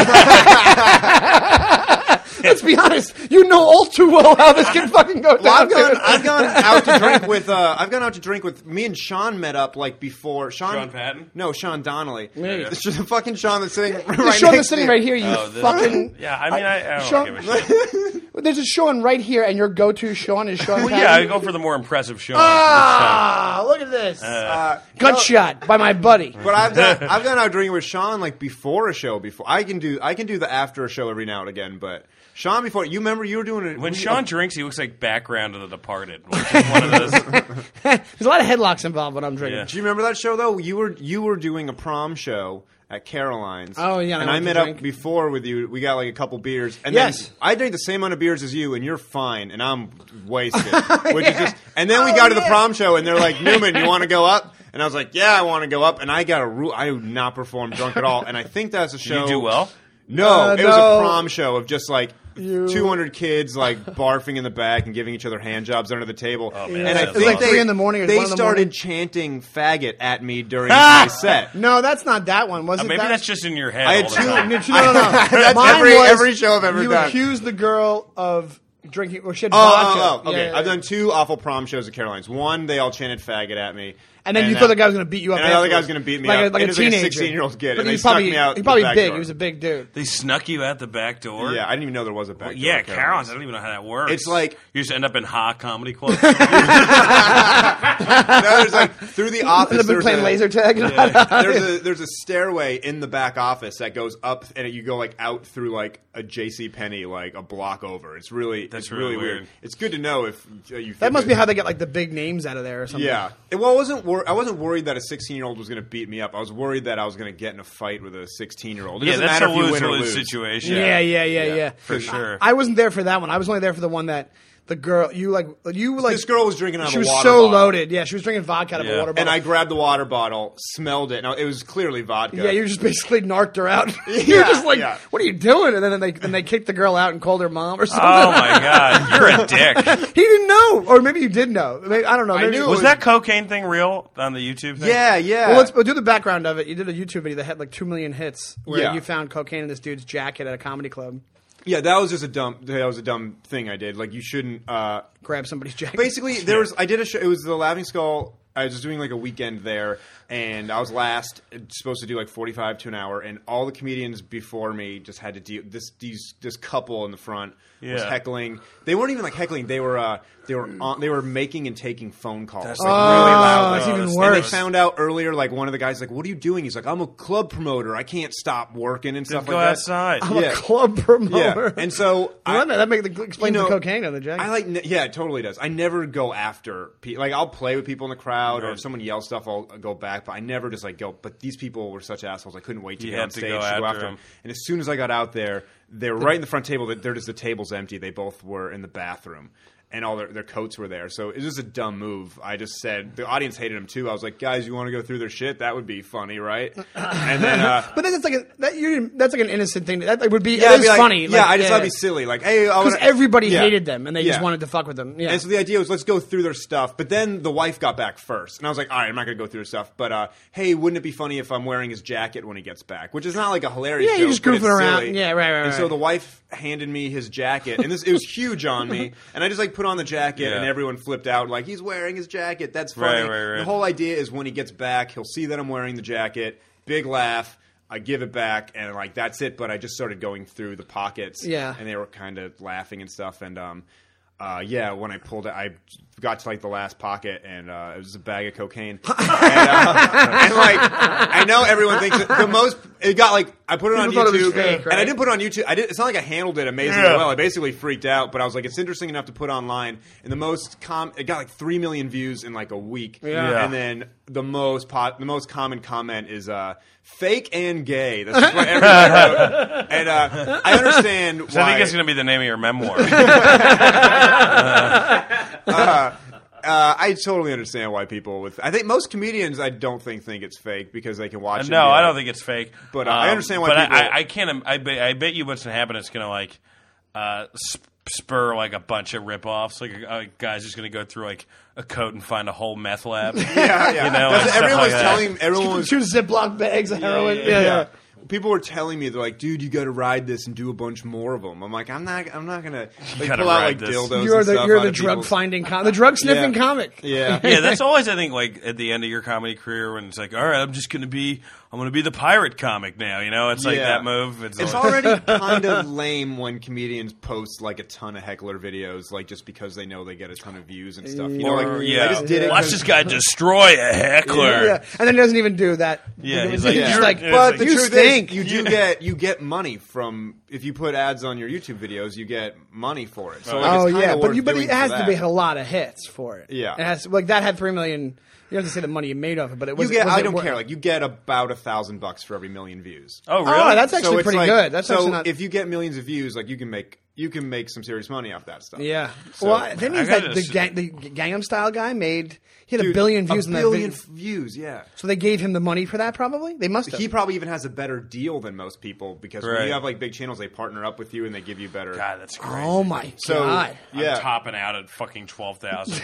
Speaker 3: Let's be honest. You know all too well how this can fucking go
Speaker 5: Well,
Speaker 3: down.
Speaker 5: I've gone.
Speaker 3: dude.
Speaker 5: I've gone out to drink with. Uh, I've gone out to drink with. Me and Sean met up like before. Sean,
Speaker 1: Sean Patton?
Speaker 5: No, Sean Donnelly.
Speaker 1: yeah.
Speaker 5: It's just the fucking Sean that's sitting.
Speaker 3: There's
Speaker 5: right
Speaker 3: a show that's
Speaker 5: next
Speaker 3: sitting
Speaker 5: to you.
Speaker 3: right here. You
Speaker 1: Oh, this-
Speaker 3: fucking.
Speaker 1: Yeah, I mean, I, I don't
Speaker 3: Sean-
Speaker 1: give a shit.
Speaker 3: There's a Sean right here, and your go-to Sean is Sean.
Speaker 1: Well, yeah, I
Speaker 3: Patton.
Speaker 1: go for the more impressive show.
Speaker 3: Ah, look at this.
Speaker 5: Uh,
Speaker 3: Uh, Gut shot by my buddy.
Speaker 5: But I've gone, I've gone out drinking with Sean like before a show. Before I can do. I can do the after a show every now and again. But Sean, before you remember, you were doing it
Speaker 1: when Sean drinks, he looks like background of The Departed, which is one of those.
Speaker 3: There's a lot of headlocks involved when I'm drinking.
Speaker 1: Yeah.
Speaker 5: Do you remember that show though? You were you were doing a prom show at Caroline's.
Speaker 3: Oh, yeah, and I
Speaker 5: and
Speaker 3: went to
Speaker 5: I, met up
Speaker 3: drink.
Speaker 5: before with you. We got like a couple beers, and
Speaker 3: Yes.
Speaker 5: then I drank the same amount of beers as you, and you're fine, and I'm wasted. Which is just, and then we
Speaker 3: Oh,
Speaker 5: got to the
Speaker 3: yeah.
Speaker 5: prom show, and they're like, Newman, you want to go up? And I was like, Yeah, I want to go up, and I got a rule. I do not perform drunk at all, and I think that's a show.
Speaker 1: you do well?
Speaker 5: No,
Speaker 3: Uh,
Speaker 5: it was
Speaker 3: no.
Speaker 5: a prom show of just like.
Speaker 3: You-
Speaker 5: 200 kids like barfing in the back and giving each other hand jobs under the table. Oh,
Speaker 1: man,
Speaker 5: and
Speaker 1: that
Speaker 5: I
Speaker 1: sounds
Speaker 5: think
Speaker 1: awesome.
Speaker 5: they,
Speaker 3: Three in the morning or
Speaker 5: they
Speaker 3: one in the
Speaker 5: started
Speaker 3: morning.
Speaker 5: chanting faggot at me during
Speaker 3: Ah!
Speaker 5: my set.
Speaker 3: No, that's not that one.
Speaker 5: Uh,
Speaker 3: Was it?
Speaker 1: Maybe
Speaker 3: that?
Speaker 1: that's just in your head.
Speaker 5: I had
Speaker 1: all the
Speaker 5: two-
Speaker 1: time.
Speaker 3: No, no, no.
Speaker 5: That's
Speaker 3: Mine
Speaker 5: every-
Speaker 3: was
Speaker 5: every show I've ever
Speaker 3: you
Speaker 5: done.
Speaker 3: accused the girl of drinking, or she had vodka.
Speaker 5: Oh, oh, oh,
Speaker 3: Yeah,
Speaker 5: okay.
Speaker 3: yeah,
Speaker 5: I've
Speaker 3: yeah.
Speaker 5: done two awful prom shows at Caroline's. One, they all chanted faggot at me.
Speaker 3: And then you
Speaker 5: that-
Speaker 3: thought the guy was going to beat you up.
Speaker 5: uh, And I thought the guy
Speaker 3: afterwards.
Speaker 5: was gonna beat me
Speaker 3: like A,
Speaker 5: up.
Speaker 3: like
Speaker 5: It
Speaker 3: a
Speaker 5: was like a
Speaker 3: teenager,
Speaker 5: 16-year-old kid,
Speaker 3: But
Speaker 5: and
Speaker 3: he
Speaker 5: they
Speaker 3: was probably,
Speaker 5: stuck me out
Speaker 3: He
Speaker 5: the
Speaker 3: probably
Speaker 5: back
Speaker 3: big.
Speaker 5: door.
Speaker 3: He was a big dude.
Speaker 1: They snuck you out the back door.
Speaker 5: Yeah, I didn't even know there was a back. door
Speaker 1: yeah,
Speaker 5: at Caroline's.
Speaker 1: Caroline's. I don't even know how that works.
Speaker 5: It's like-
Speaker 1: you just end up in Ha Comedy Club.
Speaker 5: no, there's like through the
Speaker 3: And
Speaker 5: office.
Speaker 3: they've been
Speaker 5: There's
Speaker 3: playing
Speaker 5: a,
Speaker 3: laser tag.
Speaker 5: there's a there's a stairway in the back office that goes up, and you go like out through like a J.C. Penney, like a block over. It's really
Speaker 1: That's
Speaker 5: it's
Speaker 1: really
Speaker 5: really
Speaker 1: weird.
Speaker 5: weird. It's good to know if uh, you.
Speaker 3: that
Speaker 5: think
Speaker 3: must
Speaker 5: it-
Speaker 3: be how they get like the big names out of there or something.
Speaker 5: Yeah. It- well, I wasn't. Wor- I wasn't worried that a 16 year old was going to beat me up. I was worried that I was going to get in a fight with a 16 year old. It
Speaker 1: yeah,
Speaker 5: doesn't
Speaker 1: that's
Speaker 5: matter
Speaker 1: a
Speaker 5: if you
Speaker 1: lose
Speaker 5: win or
Speaker 1: lose
Speaker 5: lose.
Speaker 1: situation.
Speaker 3: Yeah, yeah, yeah, yeah.
Speaker 1: for sure.
Speaker 3: I wasn't there for that one. I was only there for the one that the girl you like. You like
Speaker 5: This girl was drinking out of
Speaker 3: She
Speaker 5: a
Speaker 3: was
Speaker 5: water
Speaker 3: so
Speaker 5: bottle.
Speaker 3: loaded. Yeah, she was drinking vodka out of
Speaker 1: Yeah.
Speaker 3: a water
Speaker 5: And
Speaker 3: bottle.
Speaker 5: I grabbed the water bottle, smelled it. Now it was clearly vodka.
Speaker 3: yeah, you just basically narked her out. you were
Speaker 5: Yeah,
Speaker 3: just like,
Speaker 5: yeah.
Speaker 3: "What are you doing?" And then they then they kicked the girl out and called her mom or something.
Speaker 1: Oh my god, you're a dick.
Speaker 3: He didn't know, or maybe you did know. Maybe, I don't know.
Speaker 5: I
Speaker 3: Maybe
Speaker 5: knew
Speaker 1: Was that cocaine thing real on the YouTube? Thing?
Speaker 5: yeah, yeah.
Speaker 3: Well, let's we'll do the background of it. You did a YouTube video that had like two million hits, where
Speaker 5: Yeah.
Speaker 3: you found cocaine in this dude's jacket at a comedy club.
Speaker 5: yeah, that was just a dumb. That was a dumb thing I did. Like you shouldn't. uh
Speaker 3: Grab somebody's jacket.
Speaker 5: Basically, there was. I did a show. It was the Laughing Skull I was doing like a weekend there, and I was last supposed to do like forty five to an hour, and all the comedians before me just had to deal this these this couple in the front was
Speaker 1: Yeah.
Speaker 5: heckling. They weren't even like heckling. They were uh, they were on, they were making and taking phone calls.
Speaker 1: That's
Speaker 5: like,
Speaker 1: the
Speaker 5: really loud.
Speaker 3: Oh, that's
Speaker 5: like,
Speaker 3: even
Speaker 5: and
Speaker 3: worse.
Speaker 5: they found out earlier, like one of the guys, like, "What are you doing?" He's like, "I'm a club promoter. I can't stop working and stuff
Speaker 1: Go
Speaker 5: like that."
Speaker 1: outside.
Speaker 3: I'm
Speaker 5: Yeah.
Speaker 3: a club
Speaker 5: Yeah,
Speaker 3: promoter.
Speaker 5: and so
Speaker 3: Well,
Speaker 5: I-
Speaker 3: that- that make the, explains
Speaker 5: you know,
Speaker 3: the cocaine on the jacket.
Speaker 5: I like, ne- yeah, it totally does. I never go after people. Like, I'll play with people in the crowd, or if
Speaker 1: Right.
Speaker 5: someone yells stuff, I'll go back. But I never just like go. But these people were such assholes. I couldn't wait to
Speaker 1: You
Speaker 5: get
Speaker 1: had
Speaker 5: on
Speaker 1: to
Speaker 5: stage
Speaker 1: go after them.
Speaker 5: And as soon as I got out there, they were right in the front table. That they're just the tables empty. They both were in the bathroom. And all their, their coats were there, so it was just a dumb move. I just said the audience hated him too. I was like, "Guys, you want to go through their shit? That would be funny, right?" And then, uh,
Speaker 3: but that's like a, that you're, that's like an innocent thing. That would be.
Speaker 5: yeah,
Speaker 3: it
Speaker 5: it'd
Speaker 3: is
Speaker 5: be like-
Speaker 3: funny.
Speaker 5: Yeah,
Speaker 3: like,
Speaker 5: I just thought it'd be silly. Like, hey,
Speaker 3: because everybody hated them and they just wanted to fuck with them. Yeah.
Speaker 5: And so the idea was let's go through their stuff. But then the wife got back first, and I was like, all right, I'm not going to go through their stuff. But uh, hey, wouldn't it be funny if I'm wearing his jacket when he gets back? Which is not like a hilarious.
Speaker 3: Yeah, you're just
Speaker 5: joke, but it's
Speaker 3: goofing around.
Speaker 5: silly.
Speaker 3: Yeah, right, right,
Speaker 5: And
Speaker 3: right.
Speaker 5: so the wife handed me his jacket, and this it was huge on me, and I just like put on the jacket,
Speaker 1: Yeah.
Speaker 5: and everyone flipped out like he's wearing his jacket. That's funny.
Speaker 1: Right, right, right.
Speaker 5: The whole idea is when he gets back, he'll see that I'm wearing the jacket. Big laugh. I give it back, and like that's it. But I just started going through the pockets,
Speaker 3: Yeah.
Speaker 5: and they were kind of laughing and stuff. And um, uh, yeah, when I pulled it, I got to like the last pocket, and uh, it was a bag of cocaine. and, uh, and like, I know everyone thinks it- the most. It got like I put it
Speaker 3: People thought
Speaker 5: on YouTube,
Speaker 3: it was fake,
Speaker 5: and I
Speaker 3: right?
Speaker 5: did put it on YouTube. I did. It's not like I handled it amazingly
Speaker 1: Yeah.
Speaker 5: well. I basically freaked out, but I was like, it's interesting enough to put online. And the most com, it got like three million views in like a week.
Speaker 3: Yeah.
Speaker 1: Yeah.
Speaker 5: And then the most pot, the most common comment is uh, fake and gay. That's just what everybody wrote. And uh, I understand why.
Speaker 1: So I think it's going to be the name of your memoir.
Speaker 5: Uh, I totally understand why people with. I think most comedians, I don't think think it's fake because they can watch. it and
Speaker 1: Uh, no,
Speaker 5: be
Speaker 1: I
Speaker 5: like-
Speaker 1: don't think it's fake. Um,
Speaker 5: But, uh, I understand why
Speaker 1: But I-
Speaker 5: people-
Speaker 1: I, I can't. im- I bet, I bet you what's gonna happen is gonna like uh, sp- spur like a bunch of ripoffs. Like a, a guy's just gonna go through like a coat and find a whole meth lab.
Speaker 5: Yeah, "Ah, yeah.
Speaker 1: You know,
Speaker 5: That's-
Speaker 1: and stuff
Speaker 5: everyone
Speaker 1: like
Speaker 5: was
Speaker 1: that.
Speaker 5: telling everyone was
Speaker 3: two Ziploc bags of heroin. Yeah, yeah.
Speaker 5: People were telling me they're like, "Dude, you got to ride this and do a bunch more of them." I'm like, "I'm not, I'm not gonna like,
Speaker 1: gotta
Speaker 5: pull out
Speaker 1: ride
Speaker 5: like
Speaker 1: this.
Speaker 5: dildos."
Speaker 3: You're
Speaker 5: and
Speaker 3: the
Speaker 5: stuff
Speaker 3: you're
Speaker 5: out
Speaker 3: the
Speaker 5: of
Speaker 3: drug
Speaker 5: people's-
Speaker 3: finding com- the drug sniffing
Speaker 5: Yeah.
Speaker 3: comic.
Speaker 5: Yeah,
Speaker 1: yeah, that's always I think like at the end of your comedy career when it's like, all right, I'm just gonna be, I'm gonna be the pirate comic now. You know, it's like
Speaker 5: Yeah.
Speaker 1: that move. It's,
Speaker 5: It's
Speaker 1: always-
Speaker 5: already kind of lame when comedians post like a ton of heckler videos, like just because they know they get a ton of views and stuff. You know,
Speaker 1: or,
Speaker 5: like
Speaker 1: yeah.
Speaker 5: I just did it.
Speaker 1: Watch
Speaker 5: 'cause-
Speaker 1: this guy destroy a heckler.
Speaker 3: Yeah, and then he doesn't even do that.
Speaker 1: Yeah,
Speaker 3: he's
Speaker 1: he's
Speaker 3: like,
Speaker 1: like,
Speaker 5: Yeah.
Speaker 1: you're-
Speaker 3: like,
Speaker 1: yeah, it's
Speaker 3: but
Speaker 1: like-
Speaker 5: the
Speaker 3: you
Speaker 5: truth
Speaker 3: stink.
Speaker 5: is, you do get you get money from if you put ads on your YouTube videos, you get money for it. So like,
Speaker 3: oh
Speaker 5: it's kinda
Speaker 3: yeah, but
Speaker 5: worth
Speaker 3: you but
Speaker 5: doing
Speaker 3: it has
Speaker 5: for
Speaker 3: to
Speaker 5: that.
Speaker 3: be a lot of hits for it.
Speaker 5: Yeah.
Speaker 3: it has like that had three million. You have to say the money you made off it, but it
Speaker 5: You
Speaker 3: was.
Speaker 5: get
Speaker 3: was
Speaker 5: I
Speaker 3: it
Speaker 5: don't
Speaker 3: wor-
Speaker 5: care. Like you get about a thousand bucks for every million views.
Speaker 1: Oh really?
Speaker 3: Oh, that's
Speaker 5: So
Speaker 3: actually
Speaker 5: it's
Speaker 3: pretty
Speaker 5: like-
Speaker 3: good. That's
Speaker 5: so
Speaker 3: actually not.
Speaker 5: if you get millions of views, like you can make you can make some serious money off that stuff.
Speaker 3: yeah,
Speaker 5: So-
Speaker 3: well, that means
Speaker 1: I
Speaker 3: that
Speaker 1: gotta
Speaker 3: the,
Speaker 1: s-
Speaker 3: gang, the Gangnam Style guy made he had
Speaker 5: Dude,
Speaker 3: a billion views
Speaker 5: a
Speaker 3: in that
Speaker 5: billion
Speaker 3: video,
Speaker 5: f- views. Yeah.
Speaker 3: so they gave him the money for that. Probably they must have.
Speaker 5: He probably even has a better deal than most people because when
Speaker 1: Right.
Speaker 5: you have like big channels, they partner up with you and they give you better.
Speaker 1: God, that's crazy.
Speaker 3: oh my
Speaker 5: so
Speaker 3: god!
Speaker 5: yeah,
Speaker 1: I'm topping out at fucking twelve thousand.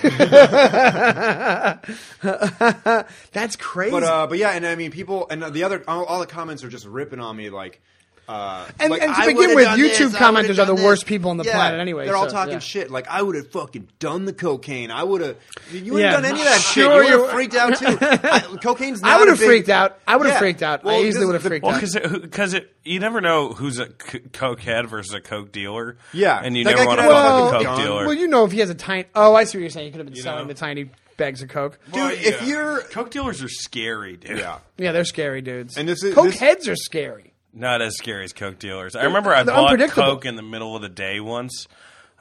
Speaker 3: That's crazy.
Speaker 5: But uh, but yeah, and I mean, people and the other all, all the comments are just ripping on me like. Uh,
Speaker 3: And-
Speaker 5: like,
Speaker 3: and to
Speaker 5: "I
Speaker 3: begin
Speaker 5: would've
Speaker 3: with,
Speaker 5: done
Speaker 3: YouTube
Speaker 5: this, I would've
Speaker 3: commenters are
Speaker 5: done
Speaker 3: the
Speaker 5: this."
Speaker 3: worst people on the planet anyway,
Speaker 5: They're all
Speaker 3: so,
Speaker 5: talking
Speaker 3: yeah.
Speaker 5: shit. Like I would have fucking done the cocaine. I would have. You wouldn't
Speaker 3: Yeah.
Speaker 5: done any of that
Speaker 3: Sure
Speaker 5: shit. You would
Speaker 3: you-
Speaker 5: have freaked out too. I, cocaine's. Not
Speaker 3: I would have
Speaker 5: a big-
Speaker 3: freaked out. I would have
Speaker 5: Yeah.
Speaker 3: freaked out.
Speaker 5: Well,
Speaker 3: I easily
Speaker 5: this-
Speaker 3: would have
Speaker 5: the-
Speaker 3: freaked
Speaker 1: Well,
Speaker 3: out.
Speaker 1: because because it, you never know who's a c- cokehead versus a coke dealer.
Speaker 5: Yeah.
Speaker 1: and you
Speaker 5: That guy
Speaker 1: never want to
Speaker 5: could have
Speaker 1: fuck
Speaker 5: a
Speaker 1: a
Speaker 5: fucking
Speaker 1: coke
Speaker 5: gun.
Speaker 1: dealer.
Speaker 3: Well, you know, if he has a tiny. Oh, I see what you're saying. He could have been selling
Speaker 1: know?
Speaker 3: the tiny bags of coke.
Speaker 5: dude. If you're
Speaker 1: coke dealers are scary, dude.
Speaker 5: yeah,
Speaker 3: Yeah, they're scary dudes.
Speaker 5: And this is-
Speaker 3: coke
Speaker 5: this-
Speaker 3: heads are scary.
Speaker 1: not as scary as coke dealers. I remember I
Speaker 3: they're
Speaker 1: bought
Speaker 3: unpredictable.
Speaker 1: coke in the middle of the day once.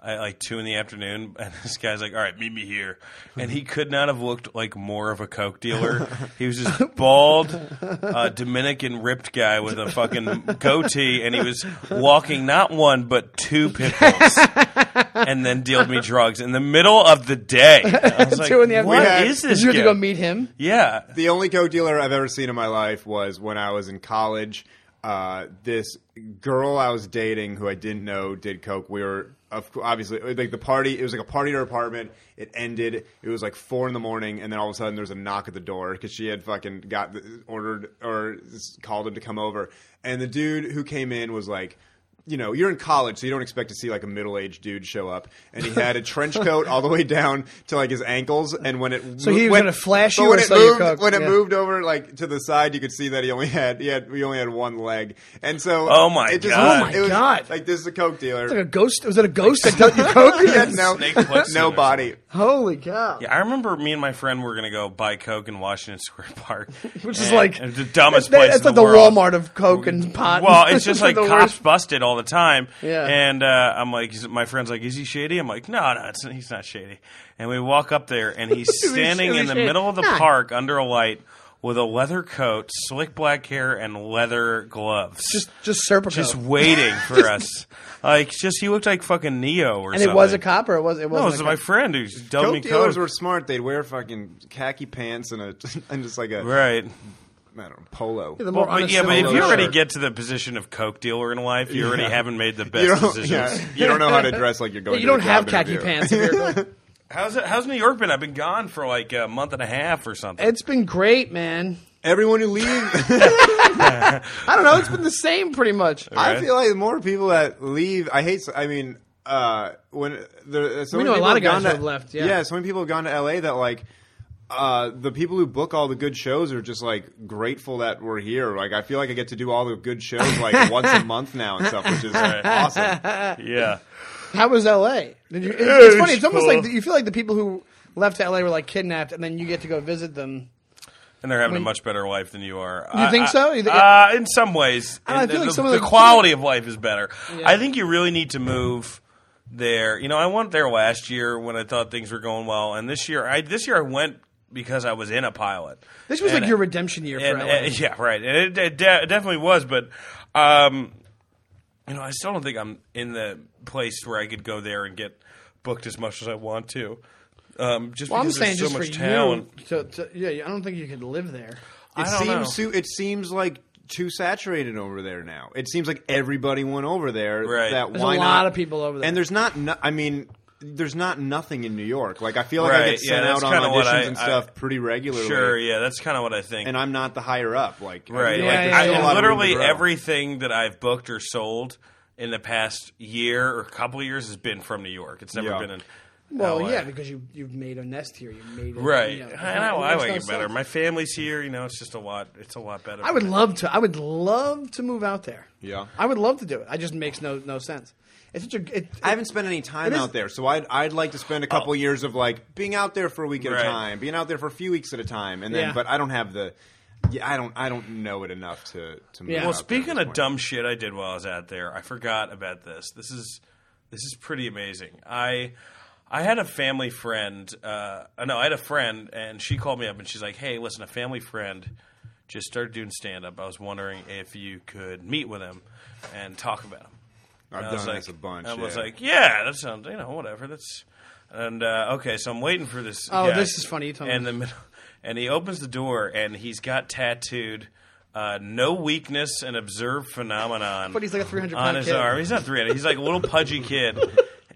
Speaker 1: I, like two in the afternoon, and this guy's like, "All right, meet me here." And he could not have looked like more of a coke dealer. He was this bald, uh, Dominican ripped guy with a fucking goatee, and he was walking not one but two pit bulls, and then dealed me drugs in the middle of the day. I was like,
Speaker 3: Two in the
Speaker 1: "What
Speaker 3: afternoon.
Speaker 1: is this?
Speaker 3: You have to
Speaker 1: guy?"
Speaker 3: go meet him.
Speaker 1: Yeah,
Speaker 5: the only coke dealer I've ever seen in my life was when I was in college. Uh, this girl I was dating who I didn't know did coke. We were of cou- obviously like the party. It was like a party at her apartment. It ended. It was like four in the morning, and then all of a sudden there was a knock at the door because she had fucking got ordered or called him to come over. And the dude who came in was like you know, you're in college, so you don't expect to see like a middle aged dude show up. And he had a trench coat all the way down to like his ankles. And when it
Speaker 3: So he was
Speaker 5: when,
Speaker 3: gonna flash
Speaker 5: but
Speaker 3: you
Speaker 5: when
Speaker 3: or
Speaker 5: it
Speaker 3: sell you
Speaker 5: moved,
Speaker 3: coke,
Speaker 5: when it
Speaker 3: yeah.
Speaker 5: moved over like to the side, you could see that he only had he had he only had one leg. And so
Speaker 1: Oh my
Speaker 5: it just,
Speaker 1: God.
Speaker 3: Oh my
Speaker 5: it was,
Speaker 3: God.
Speaker 5: like this is a coke dealer.
Speaker 3: Like a ghost? Was it a ghost that dealt you coke?
Speaker 5: he had no
Speaker 1: Snake foot
Speaker 5: no
Speaker 1: dealer.
Speaker 5: body.
Speaker 3: Holy cow!
Speaker 1: Yeah, I remember me and my friend were gonna go buy coke in Washington Square Park,
Speaker 3: Which is
Speaker 1: And
Speaker 3: like
Speaker 1: it's the dumbest
Speaker 3: that-
Speaker 1: place.
Speaker 3: That's
Speaker 1: in
Speaker 3: like
Speaker 1: the,
Speaker 3: the
Speaker 1: world.
Speaker 3: Walmart of coke and pot.
Speaker 1: Well, it's just
Speaker 3: The
Speaker 1: like
Speaker 3: worst.
Speaker 1: cops busted all the time.
Speaker 3: Yeah.
Speaker 1: And uh, I'm like, is- my friend's like, is he shady? I'm like, no, no, it's, he's not shady. And we walk up there, and he's standing
Speaker 3: really
Speaker 1: in the
Speaker 3: shady.
Speaker 1: middle of the
Speaker 6: No.
Speaker 1: park under a light with a leather coat, slick black hair, and leather gloves.
Speaker 3: Just just serpico.
Speaker 1: Just waiting for us. Like, just he looked like fucking Neo or
Speaker 3: and
Speaker 1: something.
Speaker 3: it was a cop, or it was it
Speaker 1: No, it
Speaker 3: wasn't.
Speaker 1: was
Speaker 3: a
Speaker 1: my
Speaker 3: cop?
Speaker 1: friend who dubbed me
Speaker 5: Coke dealers
Speaker 1: coke.
Speaker 5: were smart. They'd wear fucking khaki pants and a and just like a
Speaker 1: right.
Speaker 5: I don't know, polo.
Speaker 3: The
Speaker 1: Well,
Speaker 3: more
Speaker 1: but yeah, but if
Speaker 3: unassuming
Speaker 1: you
Speaker 3: shirt.
Speaker 1: already get to the position of coke dealer in life, you already haven't made the
Speaker 5: you
Speaker 1: best
Speaker 5: don't,
Speaker 1: decisions.
Speaker 5: yeah, you don't know how to dress like you're going.
Speaker 3: you
Speaker 5: to a
Speaker 3: don't have
Speaker 5: job
Speaker 3: khaki
Speaker 5: interview.
Speaker 3: pants. If you're going.
Speaker 1: How's it, how's New York been? I've been gone for like a month and a half or something.
Speaker 3: It's been great, man.
Speaker 5: Everyone who leaves,
Speaker 3: I don't know. It's been the same pretty much.
Speaker 5: I
Speaker 1: Right.
Speaker 5: feel like more people that leave. I hate. I mean, uh, when there, so
Speaker 3: We
Speaker 5: many
Speaker 3: know a
Speaker 5: people
Speaker 3: lot of
Speaker 5: gone
Speaker 3: guys
Speaker 5: to-
Speaker 3: who have left, yeah.
Speaker 5: yeah, so many people have gone to L.A. that like. Uh, the people who book all the good shows are just like grateful that we're here. Like, I feel like I get to do all the good shows like once a month now and stuff, which is uh, awesome.
Speaker 1: yeah.
Speaker 3: How was L.A.? Did you, it- it's funny. It's
Speaker 1: it's
Speaker 3: almost
Speaker 1: cool.
Speaker 3: like you feel like the people who left L.A. were like kidnapped, and then you get to go visit them.
Speaker 1: And they're having a much better life than you are.
Speaker 3: You think so? You thi-
Speaker 1: uh, in some ways.
Speaker 3: I
Speaker 1: And
Speaker 3: feel
Speaker 1: the,
Speaker 3: like some of
Speaker 1: the
Speaker 3: the-
Speaker 1: quality of life is better.
Speaker 3: Yeah.
Speaker 1: I think you really need to move there. You know, I went there last year when I thought things were going well, and this year, I this year I went because I was in a pilot.
Speaker 3: This was
Speaker 1: And-
Speaker 3: like your redemption year for
Speaker 1: and,
Speaker 3: L.A.
Speaker 1: and- yeah, right. And it, it de- definitely was, but um, you know, I still don't think I'm in the place where I could go there and get booked as much as I want to. Um, just
Speaker 3: well, I'm
Speaker 1: because
Speaker 3: saying
Speaker 1: there's
Speaker 3: just
Speaker 1: so
Speaker 3: for
Speaker 1: much talent.
Speaker 3: you. To, to, yeah, I don't think you could live there.
Speaker 5: It
Speaker 1: I don't know.
Speaker 5: seems su- it seems like too saturated over there now. It seems like everybody went over there.
Speaker 1: Right.
Speaker 5: That
Speaker 3: There's
Speaker 5: why
Speaker 3: a
Speaker 5: not-
Speaker 3: lot of people over there.
Speaker 5: And there's not. No- I mean, there's not nothing in New York. Like I feel like I
Speaker 1: Right,
Speaker 5: get
Speaker 1: yeah,
Speaker 5: sent
Speaker 1: that's
Speaker 5: out on
Speaker 1: kinda what
Speaker 5: auditions
Speaker 1: I-
Speaker 5: and
Speaker 1: I-
Speaker 5: stuff pretty regularly.
Speaker 1: Sure, yeah, that's kind of what I think.
Speaker 5: And I'm not the higher up. Like I
Speaker 1: right,
Speaker 5: feel
Speaker 3: Yeah,
Speaker 5: like
Speaker 1: Like,
Speaker 5: there's
Speaker 1: I-
Speaker 5: still a
Speaker 1: and
Speaker 5: lot of room to
Speaker 1: literally
Speaker 5: grow.
Speaker 1: everything that I've booked or sold in the past year or couple years has been from New York. It's never
Speaker 5: Yeah.
Speaker 1: been in.
Speaker 3: well,
Speaker 1: LA.
Speaker 3: yeah, because you you've made a nest here. You made it
Speaker 1: Right,
Speaker 3: You know,
Speaker 1: I know. I
Speaker 3: it makes
Speaker 1: like
Speaker 3: no
Speaker 1: it better.
Speaker 3: sense.
Speaker 1: My family's here. You know, it's just a lot. It's a lot better.
Speaker 3: I would love to. I would love to move out there.
Speaker 5: Yeah.
Speaker 3: I would love to do it. I just makes no no sense. It's such a. It,
Speaker 5: I haven't spent any time
Speaker 3: It is-
Speaker 5: out there, so I'd I'd like to spend a couple years of like being out there for a week at
Speaker 1: Oh. Right.
Speaker 5: a time, being out there for a few weeks at a time, and then
Speaker 3: Yeah.
Speaker 5: but I don't have the. Yeah, I don't. I don't know it enough to to. Move
Speaker 3: Yeah. Well,
Speaker 5: out there
Speaker 1: Well,
Speaker 5: at
Speaker 1: speaking
Speaker 5: this
Speaker 1: of
Speaker 5: point.
Speaker 1: dumb shit I did while I was out there, I forgot about this. This is this is pretty amazing. I I had a family friend. Uh, uh, no, I had a friend, and she called me up and she's like, "Hey, listen, a family friend just started doing stand up. I was wondering if you could meet with him and talk about him."
Speaker 5: I've
Speaker 1: And I
Speaker 5: done
Speaker 1: was
Speaker 5: this a bunch.
Speaker 1: I was
Speaker 5: yeah.
Speaker 1: like, "Yeah, that sounds you know whatever." That's and uh, okay, so I'm waiting for this.
Speaker 3: Oh,
Speaker 1: guy.
Speaker 3: this is funny. You told me.
Speaker 1: And the middle, and he opens the door, and he's got tattooed. Uh, no weakness and observed phenomenon.
Speaker 3: But he's like a 300
Speaker 1: on
Speaker 3: pound
Speaker 1: his
Speaker 3: kid.
Speaker 1: arm. He's not 300. He's like a little pudgy kid.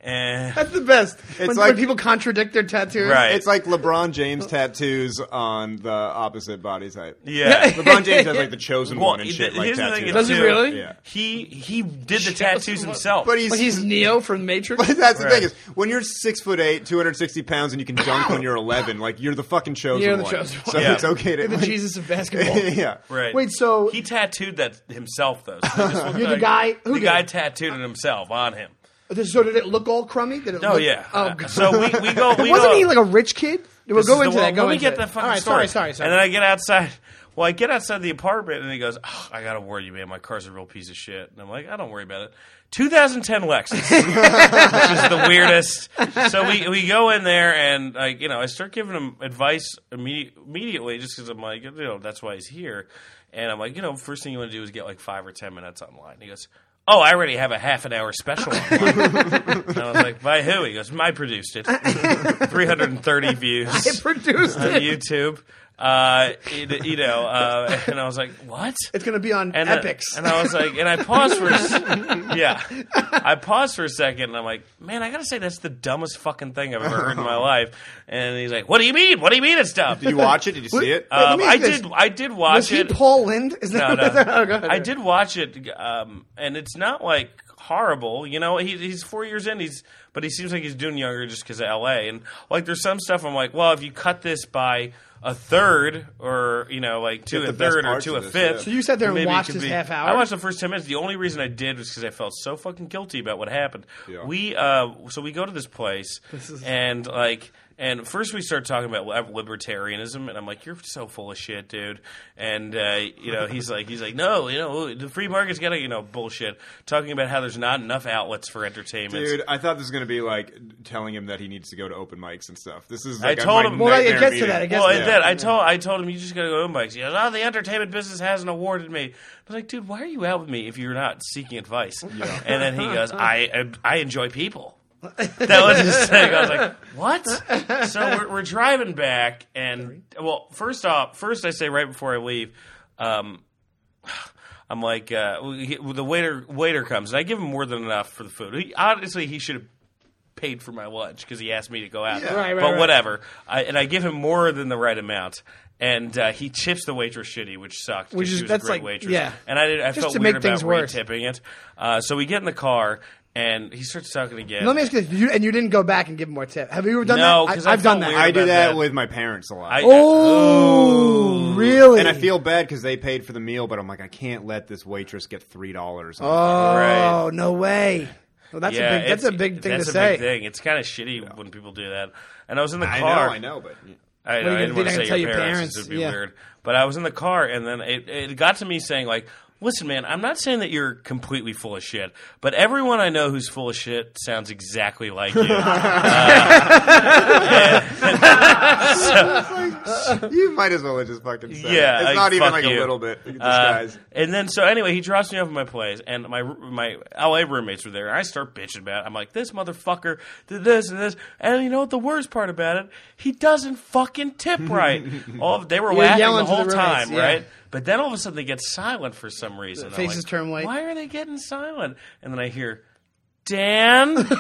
Speaker 1: And
Speaker 3: That's the best. When, when
Speaker 5: like-
Speaker 3: people contradict their tattoos.
Speaker 1: Right.
Speaker 5: It's like LeBron James tattoos on the opposite body type.
Speaker 1: yeah,
Speaker 5: LeBron James has like the chosen
Speaker 1: Well,
Speaker 5: one and
Speaker 1: he-
Speaker 5: shit like
Speaker 1: here's the thing,
Speaker 5: tattoos.
Speaker 1: it's
Speaker 3: Does he
Speaker 1: too-
Speaker 3: really?
Speaker 5: Yeah.
Speaker 1: He he did the tattoos himself.
Speaker 5: But he's,
Speaker 3: Like he's Neo from Matrix.
Speaker 5: but that's the
Speaker 1: Right.
Speaker 5: thing is when you're six foot eight, two hundred sixty pounds, and you can dunk when you're eleven, like you're the fucking chosen
Speaker 3: You're the
Speaker 5: one.
Speaker 3: chosen one.
Speaker 5: So
Speaker 1: Yeah.
Speaker 5: it's okay to
Speaker 3: You're the Jesus of basketball.
Speaker 5: yeah.
Speaker 1: right.
Speaker 3: Wait, so-
Speaker 1: he tattooed that himself though. So this looked
Speaker 3: You're the
Speaker 1: like-
Speaker 3: guy- who
Speaker 1: the
Speaker 3: did
Speaker 1: guy
Speaker 3: it?
Speaker 1: tattooed it himself on him.
Speaker 3: So did it look all crummy? Did it
Speaker 1: Oh
Speaker 3: look,
Speaker 1: yeah.
Speaker 3: Oh god.
Speaker 1: So we, we go. We
Speaker 3: Wasn't
Speaker 1: go,
Speaker 3: he like a rich kid? We'll
Speaker 1: This
Speaker 3: go
Speaker 1: is the
Speaker 3: into that.
Speaker 1: one-
Speaker 3: Go
Speaker 1: Let me
Speaker 3: into
Speaker 1: get
Speaker 3: it.
Speaker 1: that fucking
Speaker 3: All right,
Speaker 1: story.
Speaker 3: Sorry, sorry, sorry.
Speaker 1: And then I get outside. Well, I get outside the apartment, and he goes, oh, "I got to worry you, man. My car's a real piece of shit." And I'm like, "I don't worry about it." 2010 Lexus, which is the weirdest. So we we go in there, and like you know, I start giving him advice immediate, immediately, just because I'm like, you know, that's why he's here. And I'm like, you know, first thing you want to do is get like five or ten minutes online. He goes. Oh, I already have a half an hour special. Online. and I was like, "By who?" He goes, "I produced it. Three hundred and thirty views
Speaker 3: it produced
Speaker 1: on
Speaker 3: it.
Speaker 1: YouTube. Uh, it- you know, uh, and I was like, what?
Speaker 3: It's going to be on
Speaker 1: And I-
Speaker 3: Epics.
Speaker 1: and I was like, and I paused for, a s- yeah, I paused for a second, and I'm like, man, I gotta say that's the dumbest fucking thing I've ever heard in my life. And he's like, what do you mean? What do you mean it's dumb?
Speaker 5: Did you watch it? Did you see it?
Speaker 3: Wait, let
Speaker 1: Um,
Speaker 3: me
Speaker 1: I
Speaker 3: ask this.
Speaker 1: did. I did watch
Speaker 3: Was he
Speaker 1: it.
Speaker 3: Paul Lind? Is
Speaker 1: No,
Speaker 3: that
Speaker 1: no.
Speaker 3: oh, go ahead.
Speaker 1: I did watch it, um, and it's not like horrible. You know, he, he's four years in. He's but he seems like he's doing younger just because of L.A. And like, there's some stuff I'm like, well, if you cut this by a third, or you know, like to
Speaker 5: Get
Speaker 1: a
Speaker 5: the best
Speaker 1: third or
Speaker 5: parts
Speaker 1: to a
Speaker 5: of this,
Speaker 1: fifth.
Speaker 5: yeah. So
Speaker 3: you sat there and
Speaker 1: maybe it
Speaker 3: watched
Speaker 1: could
Speaker 3: his
Speaker 1: be-
Speaker 3: half hour?
Speaker 1: I watched the first ten minutes. The only reason I did was because I felt so fucking guilty about what happened.
Speaker 5: Yeah.
Speaker 1: We uh, so we go to this place and like. And first we start talking about li- libertarianism, and I'm like, "You're so full of shit, dude." And uh, you know, he's like, "He's like, no, you know, the free market's gotta, you know, bullshit." Talking about how there's not enough outlets for entertainment.
Speaker 5: Dude, I thought this was gonna be like telling him that he needs to go to open mics and stuff. This is
Speaker 1: I
Speaker 5: like
Speaker 1: told
Speaker 5: my
Speaker 1: him- Well,
Speaker 3: it
Speaker 5: nightmare
Speaker 3: gets to
Speaker 5: meeting.
Speaker 3: that, it gets
Speaker 1: Well,
Speaker 3: to
Speaker 1: and then I told I told him you just gotta go to open mics. He goes, "Oh, the entertainment business hasn't awarded me." I was like, "Dude, why are you out with me if you're not seeking advice?" And then he goes, "I I enjoy people." That was his thing. I was like, "What?" So we're, we're driving back, and well, first off, first I say right before I leave, um, I'm like, uh, we- the waiter waiter comes, and I give him more than enough for the food. He, honestly, he should have paid for my lunch because he asked me to go out.
Speaker 3: Right, right,
Speaker 1: but
Speaker 3: right.
Speaker 1: whatever. I, and I give him more than the right amount. And uh, he chips the waitress shitty, which sucked.
Speaker 3: Which
Speaker 1: Which
Speaker 3: is-
Speaker 1: she was
Speaker 3: that's
Speaker 1: a great
Speaker 3: like-
Speaker 1: waitress.
Speaker 3: yeah.
Speaker 1: And I, did, I
Speaker 3: Just
Speaker 1: felt
Speaker 3: to
Speaker 1: weird
Speaker 3: make things
Speaker 1: about
Speaker 3: worse.
Speaker 1: tipping it. Uh, so we get in the car, and he starts talking again.
Speaker 3: Let me ask you this: you, and you didn't go back and give more tip. Have you ever done
Speaker 1: No,
Speaker 3: that?
Speaker 1: 'cause
Speaker 3: I,
Speaker 1: I
Speaker 3: have done
Speaker 1: felt
Speaker 3: that.
Speaker 1: weird
Speaker 5: I do
Speaker 1: about
Speaker 5: that
Speaker 1: that.
Speaker 5: with my parents a lot.
Speaker 1: I-
Speaker 3: oh, really?
Speaker 5: and I feel bad because they paid for the meal, but I'm like, I can't let this waitress get three dollars.
Speaker 3: Oh
Speaker 1: Right.
Speaker 3: no way! Well, that's
Speaker 1: Yeah,
Speaker 3: a big. That's a
Speaker 1: it's-
Speaker 3: big thing
Speaker 1: that's
Speaker 3: to
Speaker 1: a
Speaker 3: say.
Speaker 1: big thing. It's kind of shitty when people do that. And I was in the
Speaker 5: I know,
Speaker 1: car.
Speaker 5: I know, but
Speaker 1: I,
Speaker 3: What are
Speaker 1: I
Speaker 3: you
Speaker 1: didn't
Speaker 3: gonna do?
Speaker 1: want to
Speaker 3: Not
Speaker 1: say
Speaker 3: gonna tell
Speaker 1: your
Speaker 3: your
Speaker 1: parents.
Speaker 3: parents.
Speaker 1: It would be
Speaker 3: Yeah.
Speaker 1: weird. But I was in the car, and then it, it got to me saying, like, listen, man, I'm not saying that you're completely full of shit, but everyone I know who's full of shit sounds exactly like you.
Speaker 5: you might as well have just fucking said it.
Speaker 1: Yeah,
Speaker 5: It's
Speaker 1: like,
Speaker 5: not even
Speaker 1: fuck
Speaker 5: like
Speaker 1: you.
Speaker 5: a little bit
Speaker 1: Uh,
Speaker 5: disguised.
Speaker 1: and then so anyway, he drops me off at my place, and my my LA roommates were there. And I start bitching about. it. I'm like, this motherfucker did this and this, and you know what? The worst part about it, he doesn't fucking tip right. all they were laughing the
Speaker 3: yelling to the
Speaker 1: whole
Speaker 3: roommates,
Speaker 1: time,
Speaker 3: yeah.
Speaker 1: right? But then all of a sudden they get silent for some reason. I'm
Speaker 3: faces
Speaker 1: like,
Speaker 3: turn white.
Speaker 1: Why are they getting silent? And then I hear Dan. and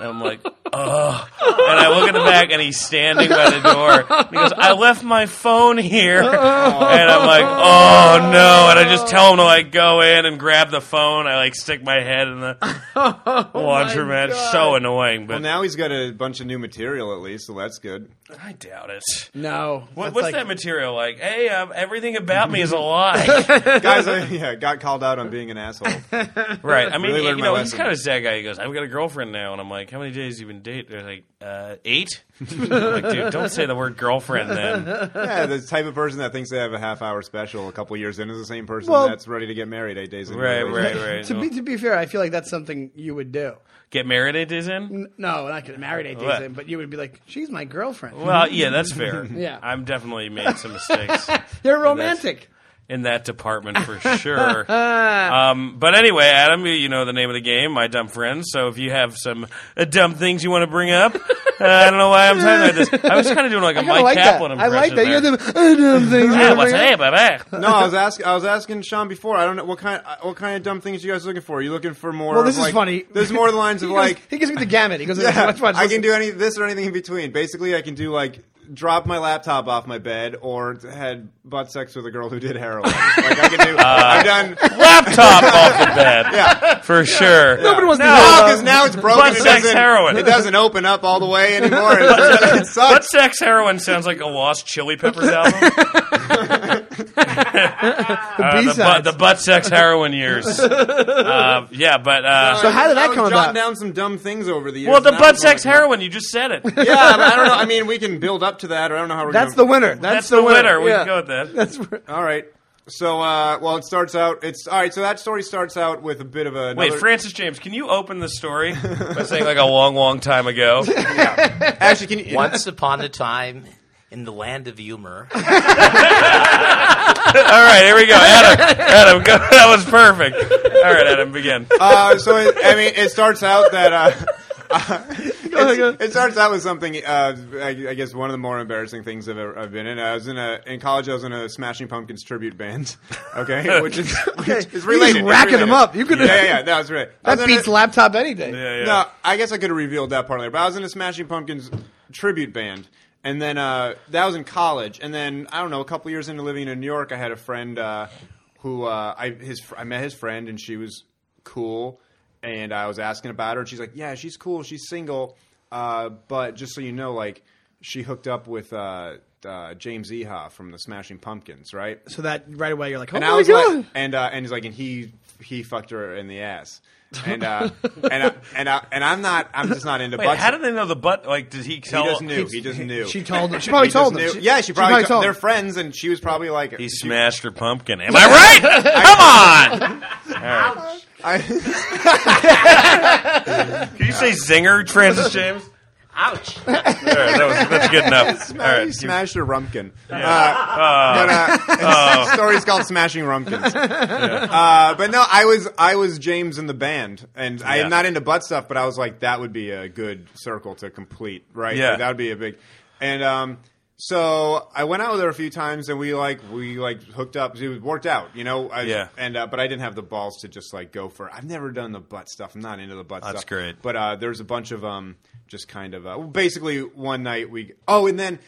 Speaker 1: I'm like, oh. And I look in the back, and he's standing by the door. And he goes, I left my phone here. And I'm like, oh no. And I just tell him to like go in and grab the phone. I like stick my head in the
Speaker 3: Oh,
Speaker 1: laundromat. So annoying, but
Speaker 5: Well, now he's got a bunch of new material at least, so that's good.
Speaker 1: I doubt it.
Speaker 3: No,
Speaker 1: What,
Speaker 3: That's
Speaker 1: what's
Speaker 3: like-
Speaker 1: that material like? Hey, um, everything about me is a lie.
Speaker 5: Guys, I, yeah, got called out on being an asshole.
Speaker 1: right. I mean,
Speaker 5: Really
Speaker 1: you
Speaker 5: learned my
Speaker 1: know, he's
Speaker 5: lesson.
Speaker 1: kind of a sad guy. He goes, I've got a girlfriend now. And I'm like, how many days you been dating? They're like, uh, eight? I'm like, dude, don't say the word girlfriend then.
Speaker 5: yeah, the type of person that thinks they have a half hour special a couple years in is the same person
Speaker 3: Well-
Speaker 5: that's ready to get married eight days in.
Speaker 1: Right, right,
Speaker 5: right.
Speaker 1: right.
Speaker 3: To be, to be fair, I feel like that's something you would do.
Speaker 1: Get married it is in?
Speaker 3: N- No, not get married eight days
Speaker 1: What?
Speaker 3: in, but you would be like, "She's my girlfriend."
Speaker 1: Well, yeah, that's fair.
Speaker 3: Yeah.
Speaker 1: I'm definitely made some mistakes
Speaker 3: You're romantic.
Speaker 1: in that department for sure. Um, but anyway, Adam, you- you know the name of the game, my dumb friends. So if you have some uh, dumb things you want to bring up, uh, I don't know why I'm talking about this. I was kind of doing like a
Speaker 3: I kinda
Speaker 1: Mike
Speaker 3: like that.
Speaker 1: Kaplan
Speaker 3: I
Speaker 1: impression.
Speaker 3: like that.
Speaker 1: there.
Speaker 3: You're the I don't think
Speaker 1: Hey,
Speaker 3: you're
Speaker 1: what's
Speaker 3: right.
Speaker 1: hey, baby?
Speaker 5: No, I was asking. I was asking Sean before. I don't know what kind. uh, What kind of dumb things you guys looking for? Are you looking for more?
Speaker 3: Well, this
Speaker 5: of,
Speaker 3: is
Speaker 5: like-
Speaker 3: funny.
Speaker 5: There's more the lines
Speaker 3: He
Speaker 5: of
Speaker 3: goes-
Speaker 5: like.
Speaker 3: he gives me the gamut. He goes,
Speaker 5: Yeah,
Speaker 3: "Watch, watch,
Speaker 5: I
Speaker 3: listen."
Speaker 5: can do any this or anything in between. Basically, I can do like drop my laptop off my bed or had butt sex with a girl who did heroin. like I can
Speaker 1: Uh,
Speaker 5: do. I've done.
Speaker 1: Laptop off the bed. For sure.
Speaker 3: Nobody wants to
Speaker 1: No.
Speaker 3: hear
Speaker 5: Oh,
Speaker 3: about-
Speaker 5: because now it's broken.
Speaker 1: Butt
Speaker 5: it
Speaker 1: sex
Speaker 5: doesn't-
Speaker 1: heroin.
Speaker 5: It doesn't open up all the way anymore. It, it
Speaker 1: What
Speaker 5: sucks.
Speaker 1: sex heroin sounds like a lost Chili Peppers album? Uh, the, butt,
Speaker 3: B-sides.
Speaker 1: the butt sex heroin years. Uh, yeah, but uh,
Speaker 3: So how did that
Speaker 5: I was
Speaker 3: come
Speaker 5: jotting
Speaker 3: about?
Speaker 5: down some dumb things over the years.
Speaker 1: well, the
Speaker 5: and that
Speaker 1: butt
Speaker 5: was
Speaker 1: sex
Speaker 5: one of them.
Speaker 1: heroin. You just said it. That's
Speaker 5: Yeah, but I don't know. I mean, we can build up to that, or I don't know how we're.
Speaker 3: That's the
Speaker 5: gonna,
Speaker 3: winner. That's,
Speaker 1: the, winner. We
Speaker 3: Yeah.
Speaker 1: can go with that.
Speaker 3: That's where-
Speaker 5: All right. So, uh, well, it starts out. It's all right. So that story starts out with a bit of a.
Speaker 1: Wait,
Speaker 5: another-
Speaker 1: Francis James, can you open the story by saying like a long, long time ago?
Speaker 5: Actually, can you?
Speaker 2: Once upon a time in the land of humor.
Speaker 1: All right, here we go. Adam, Adam, go. that was perfect. All right, Adam, begin.
Speaker 5: Uh, so it, I mean, it starts out that uh, it's- it starts out with something. Uh, I, I guess one of the more embarrassing things I've ever I've been in. I was in a in college. I was in a Smashing Pumpkins tribute band. Okay, which is
Speaker 3: Okay,
Speaker 5: which is
Speaker 3: you're
Speaker 5: related.
Speaker 3: just
Speaker 5: it's
Speaker 3: racking
Speaker 5: related.
Speaker 3: them up. You could
Speaker 5: Yeah, yeah, yeah, that was right. I was
Speaker 3: that
Speaker 5: in a-
Speaker 3: beats laptop any day.
Speaker 1: Yeah, yeah.
Speaker 5: No, I guess I could have revealed that part later. But I was in a Smashing Pumpkins tribute band, and then uh, that was in college. And then I don't know, a couple years into living in New York, I had a friend uh, who uh, I his fr- I met his friend, and she was cool. and I was asking about her, and she's like, "Yeah, she's cool. She's single, uh, but just so you know, like, she hooked up with uh, uh, James Eha from the Smashing Pumpkins, right?"
Speaker 3: So that right away you're like, oh
Speaker 5: and
Speaker 3: my
Speaker 5: I was
Speaker 3: god.
Speaker 5: like, and uh, and he's like, and he he fucked her in the ass, and uh, and I, and I, and I'm not, I'm just not into
Speaker 1: Wait,
Speaker 5: butts.
Speaker 1: how did they know the butt? Like, did he
Speaker 5: he
Speaker 1: tell?
Speaker 5: just knew. He just knew.
Speaker 3: she told him. She probably told him.
Speaker 5: Knew- yeah, she probably, t-
Speaker 3: told
Speaker 5: they're
Speaker 3: him.
Speaker 5: friends, and she was probably like,
Speaker 1: He
Speaker 5: she-
Speaker 1: smashed her pumpkin. Am I right? Come on.
Speaker 5: I,
Speaker 1: Can you say zinger, Francis James?
Speaker 2: Ouch.
Speaker 1: All right, that was, that's good enough. All right,
Speaker 5: he
Speaker 1: keep-
Speaker 5: smashed her rumpkin. Uh, but, uh,
Speaker 1: oh.
Speaker 5: the story's called "Smashing Rumpkins." Uh, but no, I was I was James in the band, and I
Speaker 1: Yeah.
Speaker 5: am not into butt stuff. But I was like, that would be a good circle to complete, right?
Speaker 1: Yeah.
Speaker 5: Like, that would be a big. And um, so I went out with her a few times, and we like we like hooked up. It worked out, you know. I,
Speaker 1: Yeah.
Speaker 5: And uh, but I didn't have the balls to just like go for. I've never done the butt stuff. I'm not into the butt
Speaker 1: That's
Speaker 5: stuff.
Speaker 1: great.
Speaker 5: But uh, there's a bunch of um, just kind of uh, well, basically one night we. Oh, and then.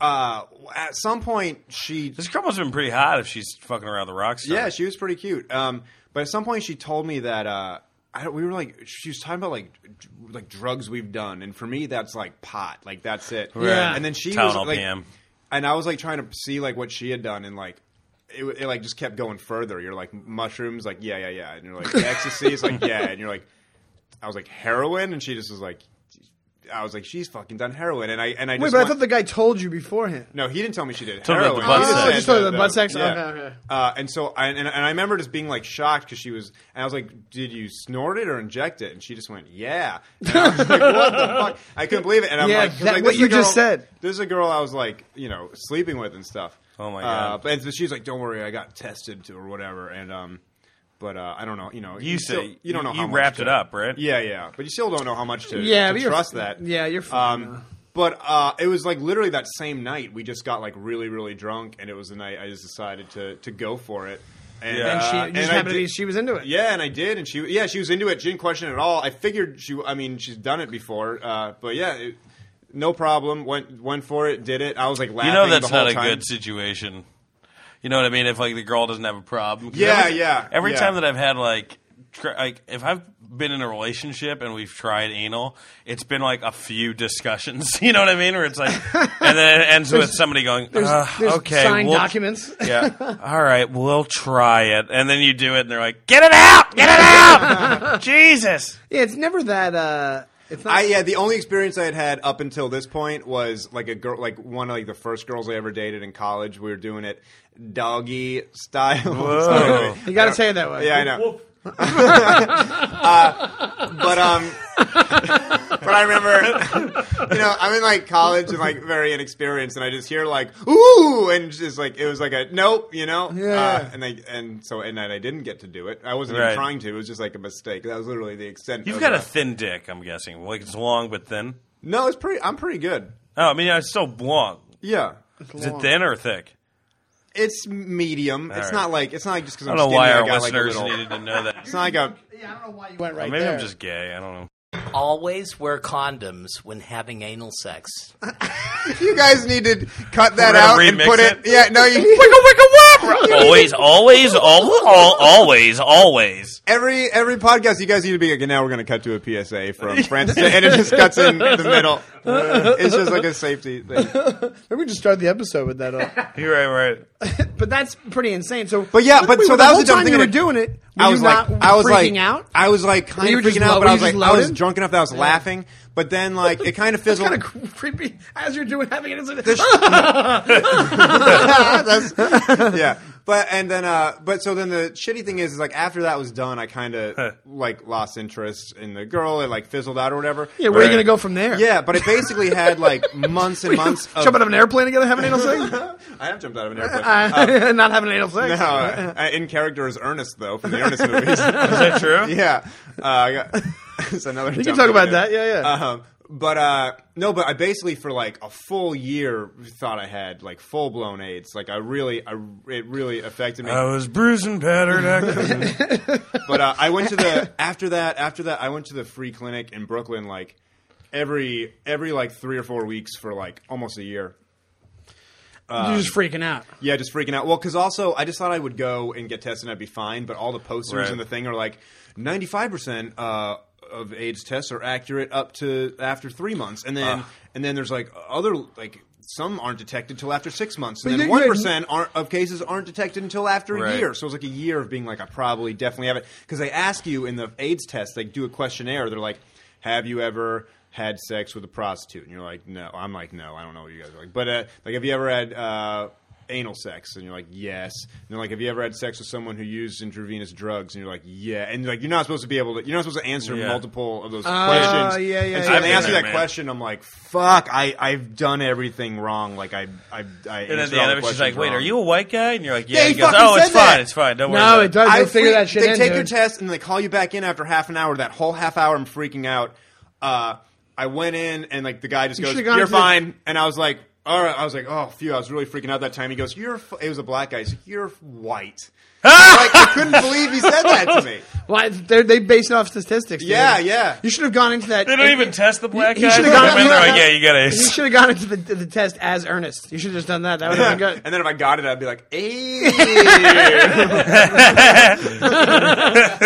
Speaker 5: Uh, at some point, she
Speaker 1: This girl must have been pretty hot if she's fucking around the rock star.
Speaker 5: yeah, she was pretty cute. Um, but at some point, she told me that uh, I don't, we were like, she was talking about like, d- like drugs we've done, and for me, that's like pot, like that's it.
Speaker 3: Yeah.
Speaker 5: And then she
Speaker 1: Tylenol
Speaker 5: was like,
Speaker 1: PM.
Speaker 5: and I was like trying to see like what she had done, and like. It, it like just kept going further. You're like mushrooms, like yeah, yeah, yeah, and you're like ecstasy, it's like yeah, and you're like, I was like heroin, and she just was like, I was like she's fucking done heroin, and I and I just
Speaker 3: Wait, but I
Speaker 5: want-
Speaker 3: thought the guy told you beforehand.
Speaker 5: no, he didn't tell me she did.
Speaker 1: Told her
Speaker 5: heroin.
Speaker 1: the butt
Speaker 5: He
Speaker 1: sex.
Speaker 5: said
Speaker 1: Oh,
Speaker 3: just told her the butt sex?
Speaker 5: Yeah.
Speaker 3: Okay, okay.
Speaker 5: Uh, and so, I, and, and I remember just being like shocked because she was, and I was like, "Did you snort it or inject it?" And she just went, "Yeah." And I was like, "What the fuck?" I couldn't believe it. And I'm
Speaker 3: Yeah,
Speaker 5: like, 'cause,
Speaker 3: that-
Speaker 5: like,
Speaker 3: what
Speaker 5: this is
Speaker 3: you
Speaker 5: a girl-
Speaker 3: just said.
Speaker 5: This is a girl I was like, you know, sleeping with and stuff.
Speaker 1: Oh, my
Speaker 5: Uh,
Speaker 1: God.
Speaker 5: but, but she's like, "Don't worry, I got tested to or whatever." And um, but uh, I don't know, you know,
Speaker 1: You say
Speaker 5: still- you don't know
Speaker 1: you
Speaker 5: how much
Speaker 1: wrapped
Speaker 5: to-
Speaker 1: it up, right?
Speaker 5: Yeah, yeah, but you still don't know how much to,
Speaker 3: Yeah,
Speaker 5: to
Speaker 3: but you're-
Speaker 5: trust that.
Speaker 3: yeah, you're fine.
Speaker 5: Um, but uh, it was like literally that same night we just got like really really drunk and it was the night I just decided to to go for it. And,
Speaker 1: Yeah.
Speaker 3: and she
Speaker 5: uh,
Speaker 3: it just
Speaker 5: I
Speaker 3: happened to be
Speaker 5: did-
Speaker 3: she was into it.
Speaker 5: Yeah, and I did, and she yeah she was into it. She didn't question it at all. I figured she. I mean, she's done it before, uh, but yeah. It, no problem. Went went for it. Did it. I was like laughing.
Speaker 1: You know that's
Speaker 5: the whole
Speaker 1: not a
Speaker 5: time.
Speaker 1: good situation. You know what I mean? If like the girl doesn't have a problem. 'Cause
Speaker 5: Yeah,
Speaker 1: every,
Speaker 5: yeah,
Speaker 1: Every
Speaker 5: yeah.
Speaker 1: time that I've had like, tr- like if I've been in a relationship and we've tried anal, it's been like a few discussions. You know what I mean? Where it's like, and then it ends with somebody going,
Speaker 3: There's,
Speaker 1: "Ugh,
Speaker 5: Uh,
Speaker 3: there's
Speaker 1: "Okay,
Speaker 3: signed
Speaker 1: we'll-
Speaker 3: documents.
Speaker 1: Yeah. All right, we'll try it, and then you do it, and they're like, "Get it out! Get it out! Jesus!"
Speaker 3: Yeah, it's never that. Uh, it's not.
Speaker 5: I yeah, the only experience I had had up until this point was like a girl, like one of like the first girls I ever dated in college. We were doing it doggy style. Sorry.
Speaker 3: you got to say it that way.
Speaker 5: yeah, I know. uh, but um, but I remember, you know, I'm in like college and like very inexperienced, and I just hear like ooh, and just like it was like a nope, you know,
Speaker 3: Yeah.
Speaker 5: Uh, and I and so and then I didn't get to do it. I wasn't
Speaker 1: Right.
Speaker 5: even trying to. It was just like a mistake. That was literally the extent.
Speaker 1: You've
Speaker 5: of,
Speaker 1: got
Speaker 5: uh,
Speaker 1: a thin dick, I'm guessing. Like it's long but thin.
Speaker 5: no. It's pretty. I'm pretty good.
Speaker 1: Oh, I mean, it's still long.
Speaker 5: Yeah.
Speaker 1: Is it thin or thick?
Speaker 5: It's medium. it's
Speaker 1: right.
Speaker 5: not like it's not like just because
Speaker 1: I
Speaker 5: I'm
Speaker 1: don't know why
Speaker 5: skinny. I
Speaker 1: our
Speaker 5: got like a
Speaker 1: listeners
Speaker 5: little.
Speaker 1: needed to know that.
Speaker 5: It's not like a.
Speaker 3: Yeah, I don't know why you went right
Speaker 1: Maybe
Speaker 3: there.
Speaker 1: I'm just gay. I don't know.
Speaker 2: Always wear condoms when having anal sex.
Speaker 5: You guys need to cut that
Speaker 1: We're gonna
Speaker 5: out and
Speaker 1: remix
Speaker 5: put it.
Speaker 1: it?
Speaker 5: Yeah, no, you.
Speaker 1: always, always, all, all, always, always.
Speaker 5: every every podcast, you guys need to be like. And now we're gonna cut to a PSA from Francis, and it just cuts in the middle. It's just like a safety thing.
Speaker 3: Maybe we just start the episode with that. Up.
Speaker 1: You're right, right.
Speaker 3: but that's pretty insane. So,
Speaker 5: But yeah, but
Speaker 3: wait,
Speaker 5: so
Speaker 3: the
Speaker 5: that
Speaker 3: whole
Speaker 5: was the dumb
Speaker 3: time
Speaker 5: thing
Speaker 3: you
Speaker 5: that
Speaker 3: were
Speaker 5: it-
Speaker 3: doing it. Were
Speaker 5: I was
Speaker 3: you
Speaker 5: like,
Speaker 3: not
Speaker 5: I was
Speaker 3: freaking
Speaker 5: like,
Speaker 3: out.
Speaker 5: I was like, kind
Speaker 3: you
Speaker 5: of
Speaker 3: were just
Speaker 5: freaking out,
Speaker 3: lo-
Speaker 5: but
Speaker 3: were
Speaker 5: I was
Speaker 3: you
Speaker 5: like,
Speaker 3: just
Speaker 5: I was
Speaker 3: loaded?
Speaker 5: drunk enough that I was laughing. But then, like, it kind of fizzled.
Speaker 3: kind of creepy as you're doing having it. It's like,
Speaker 5: That's- yeah. But and then uh but so then the shitty thing is is like after that was done I kind of like lost interest in the girl it like fizzled out or whatever.
Speaker 3: yeah, where are you
Speaker 1: Right.
Speaker 3: gonna go from there?
Speaker 5: Yeah, but I basically had like months and months of
Speaker 3: jump out of an airplane together, have an anal sex,
Speaker 5: I have jumped out of an airplane.
Speaker 3: uh, not having an anal sex.
Speaker 5: no, uh, in character is Ernest though from the Ernest movies.
Speaker 1: Is that true?
Speaker 5: yeah. Uh, I got, it's another.
Speaker 3: We can talk about that. Yeah, yeah.
Speaker 5: Um, but uh, no, but I basically for like a full year thought I had like full blown AIDS. Like I really, I it really affected me.
Speaker 3: Oh.
Speaker 1: I was bruising pattern acting.
Speaker 5: But uh, I went to the after that. After that, I went to the free clinic in Brooklyn. Like every every like three or four weeks for like almost a year.
Speaker 3: You're just freaking out.
Speaker 5: Yeah, just freaking out. Well, because also I just thought I would go and get tested and I'd be fine, but all the posters
Speaker 1: Right.
Speaker 5: and the thing are like ninety five percent uh, of AIDS tests are accurate up to after three months, and
Speaker 3: Ah.
Speaker 5: then and then there's like other like some aren't detected till after six months, and
Speaker 3: But
Speaker 5: then
Speaker 3: you-
Speaker 5: one
Speaker 3: you-
Speaker 5: percent of cases aren't detected until after a
Speaker 1: Right.
Speaker 5: year. So it was like a year of being like I probably definitely have it because they ask you in the AIDS test, they do a questionnaire. They're like, have you ever had sex with a prostitute? And you're like, no. I'm like, no. I don't know what you guys are like, but uh, like, have you ever had uh, anal sex? And you're like, yes. And they're like, have you ever had sex with someone who used intravenous drugs? And you're like, yeah. And like, you're not supposed to be able to. You're not supposed to answer
Speaker 1: Yeah.
Speaker 5: multiple of those
Speaker 3: Ah,
Speaker 5: questions.
Speaker 3: yeah, yeah,
Speaker 5: And so
Speaker 3: yeah,
Speaker 5: when they
Speaker 1: yeah.
Speaker 5: ask you
Speaker 1: I've been
Speaker 5: that
Speaker 1: there, man.
Speaker 5: question, I'm like, fuck. I I've done everything wrong. Like I I I.
Speaker 1: And at
Speaker 5: answered
Speaker 1: the
Speaker 5: all
Speaker 1: end of it, she's
Speaker 5: questions
Speaker 1: like, "Wait,
Speaker 5: wrong."
Speaker 1: are you a white guy?" And you're like, "Yeah." he
Speaker 5: he
Speaker 1: goes,
Speaker 5: fucking
Speaker 1: "Oh, it's
Speaker 5: said that.
Speaker 1: fine. It's fine. Don't worry."
Speaker 3: No,
Speaker 1: about
Speaker 3: it does. They figure
Speaker 5: freak-
Speaker 3: that shit
Speaker 5: They
Speaker 3: in,
Speaker 5: take
Speaker 3: dude.
Speaker 5: your test and they call you back in after half an hour. That whole half hour, I'm freaking out. Uh, I went in and like the guy just
Speaker 3: You
Speaker 5: goes,
Speaker 3: should've gone
Speaker 5: "You're
Speaker 3: to the-
Speaker 5: fine," and I was like, "All right." I was like, "Oh, phew." I was really freaking out that time. He goes, "You're." F-, it was a black guy. He's like, "You're white." like, I couldn't believe he said that to me.
Speaker 3: Why they're- they base it off statistics? dude.
Speaker 5: Yeah, yeah.
Speaker 3: You should have gone into that.
Speaker 1: They don't even test the black
Speaker 3: He- he
Speaker 1: guy. They're
Speaker 3: should've gone-
Speaker 1: like, "Yeah, you got
Speaker 3: You
Speaker 1: to."
Speaker 3: should have gone into the, the test as earnest. You should have just done that. That would have been
Speaker 5: and
Speaker 3: good.
Speaker 5: then if I got it, I'd be like, "Hey."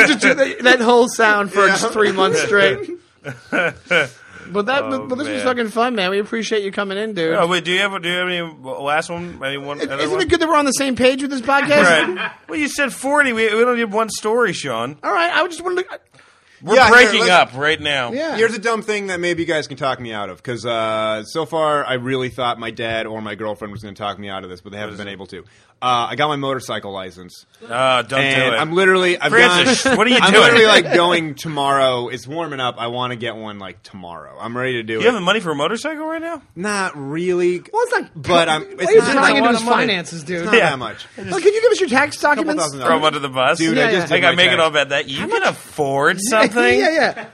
Speaker 3: Just do that, that whole sound for just three months straight. But that, but, but this was
Speaker 1: Oh, man.
Speaker 3: fucking fun, man. We appreciate you coming in, dude.
Speaker 1: Oh, wait, do you have do you have any uh, last one? Anyone?
Speaker 3: Isn't
Speaker 1: another one?
Speaker 3: it good that we're on the same page with this podcast?
Speaker 1: Right. Well, you said forty. We, we only have one story, Sean.
Speaker 3: All right, I would just want to look.
Speaker 1: We're
Speaker 5: Yeah, here,
Speaker 1: breaking
Speaker 5: let's-
Speaker 1: up right now.
Speaker 3: Yeah.
Speaker 5: Here's a dumb thing that maybe you guys can talk me out of because uh, so far I really thought my dad or my girlfriend was going to talk me out of this, but they haven't been able to. Uh, I got my motorcycle license,
Speaker 1: Ah, don't
Speaker 5: and
Speaker 1: do it.
Speaker 5: I'm literally I've
Speaker 1: Francis,
Speaker 5: gone-
Speaker 1: what are you
Speaker 5: I'm
Speaker 1: doing?
Speaker 5: literally like going tomorrow. It's warming up. I want to get one like tomorrow. I'm ready to do
Speaker 1: you
Speaker 5: it.
Speaker 1: have the money for a motorcycle right now?
Speaker 5: not really.
Speaker 3: Well, it's not.
Speaker 5: But I'm-
Speaker 3: Why
Speaker 5: it's
Speaker 3: are you
Speaker 5: not-
Speaker 3: trying
Speaker 5: it's
Speaker 3: into
Speaker 5: not
Speaker 1: a
Speaker 3: his
Speaker 1: lot of money.
Speaker 3: finances, dude?
Speaker 5: not that much.
Speaker 3: Look, can you give us your tax documents?
Speaker 5: thousand
Speaker 1: Throw
Speaker 5: dollars.
Speaker 1: him under the bus,
Speaker 5: Dude,
Speaker 3: Yeah,
Speaker 5: I just
Speaker 3: yeah.
Speaker 5: did
Speaker 1: Like I'm
Speaker 5: my
Speaker 1: making
Speaker 5: tax.
Speaker 1: all about that. You can afford something.
Speaker 3: Yeah, yeah.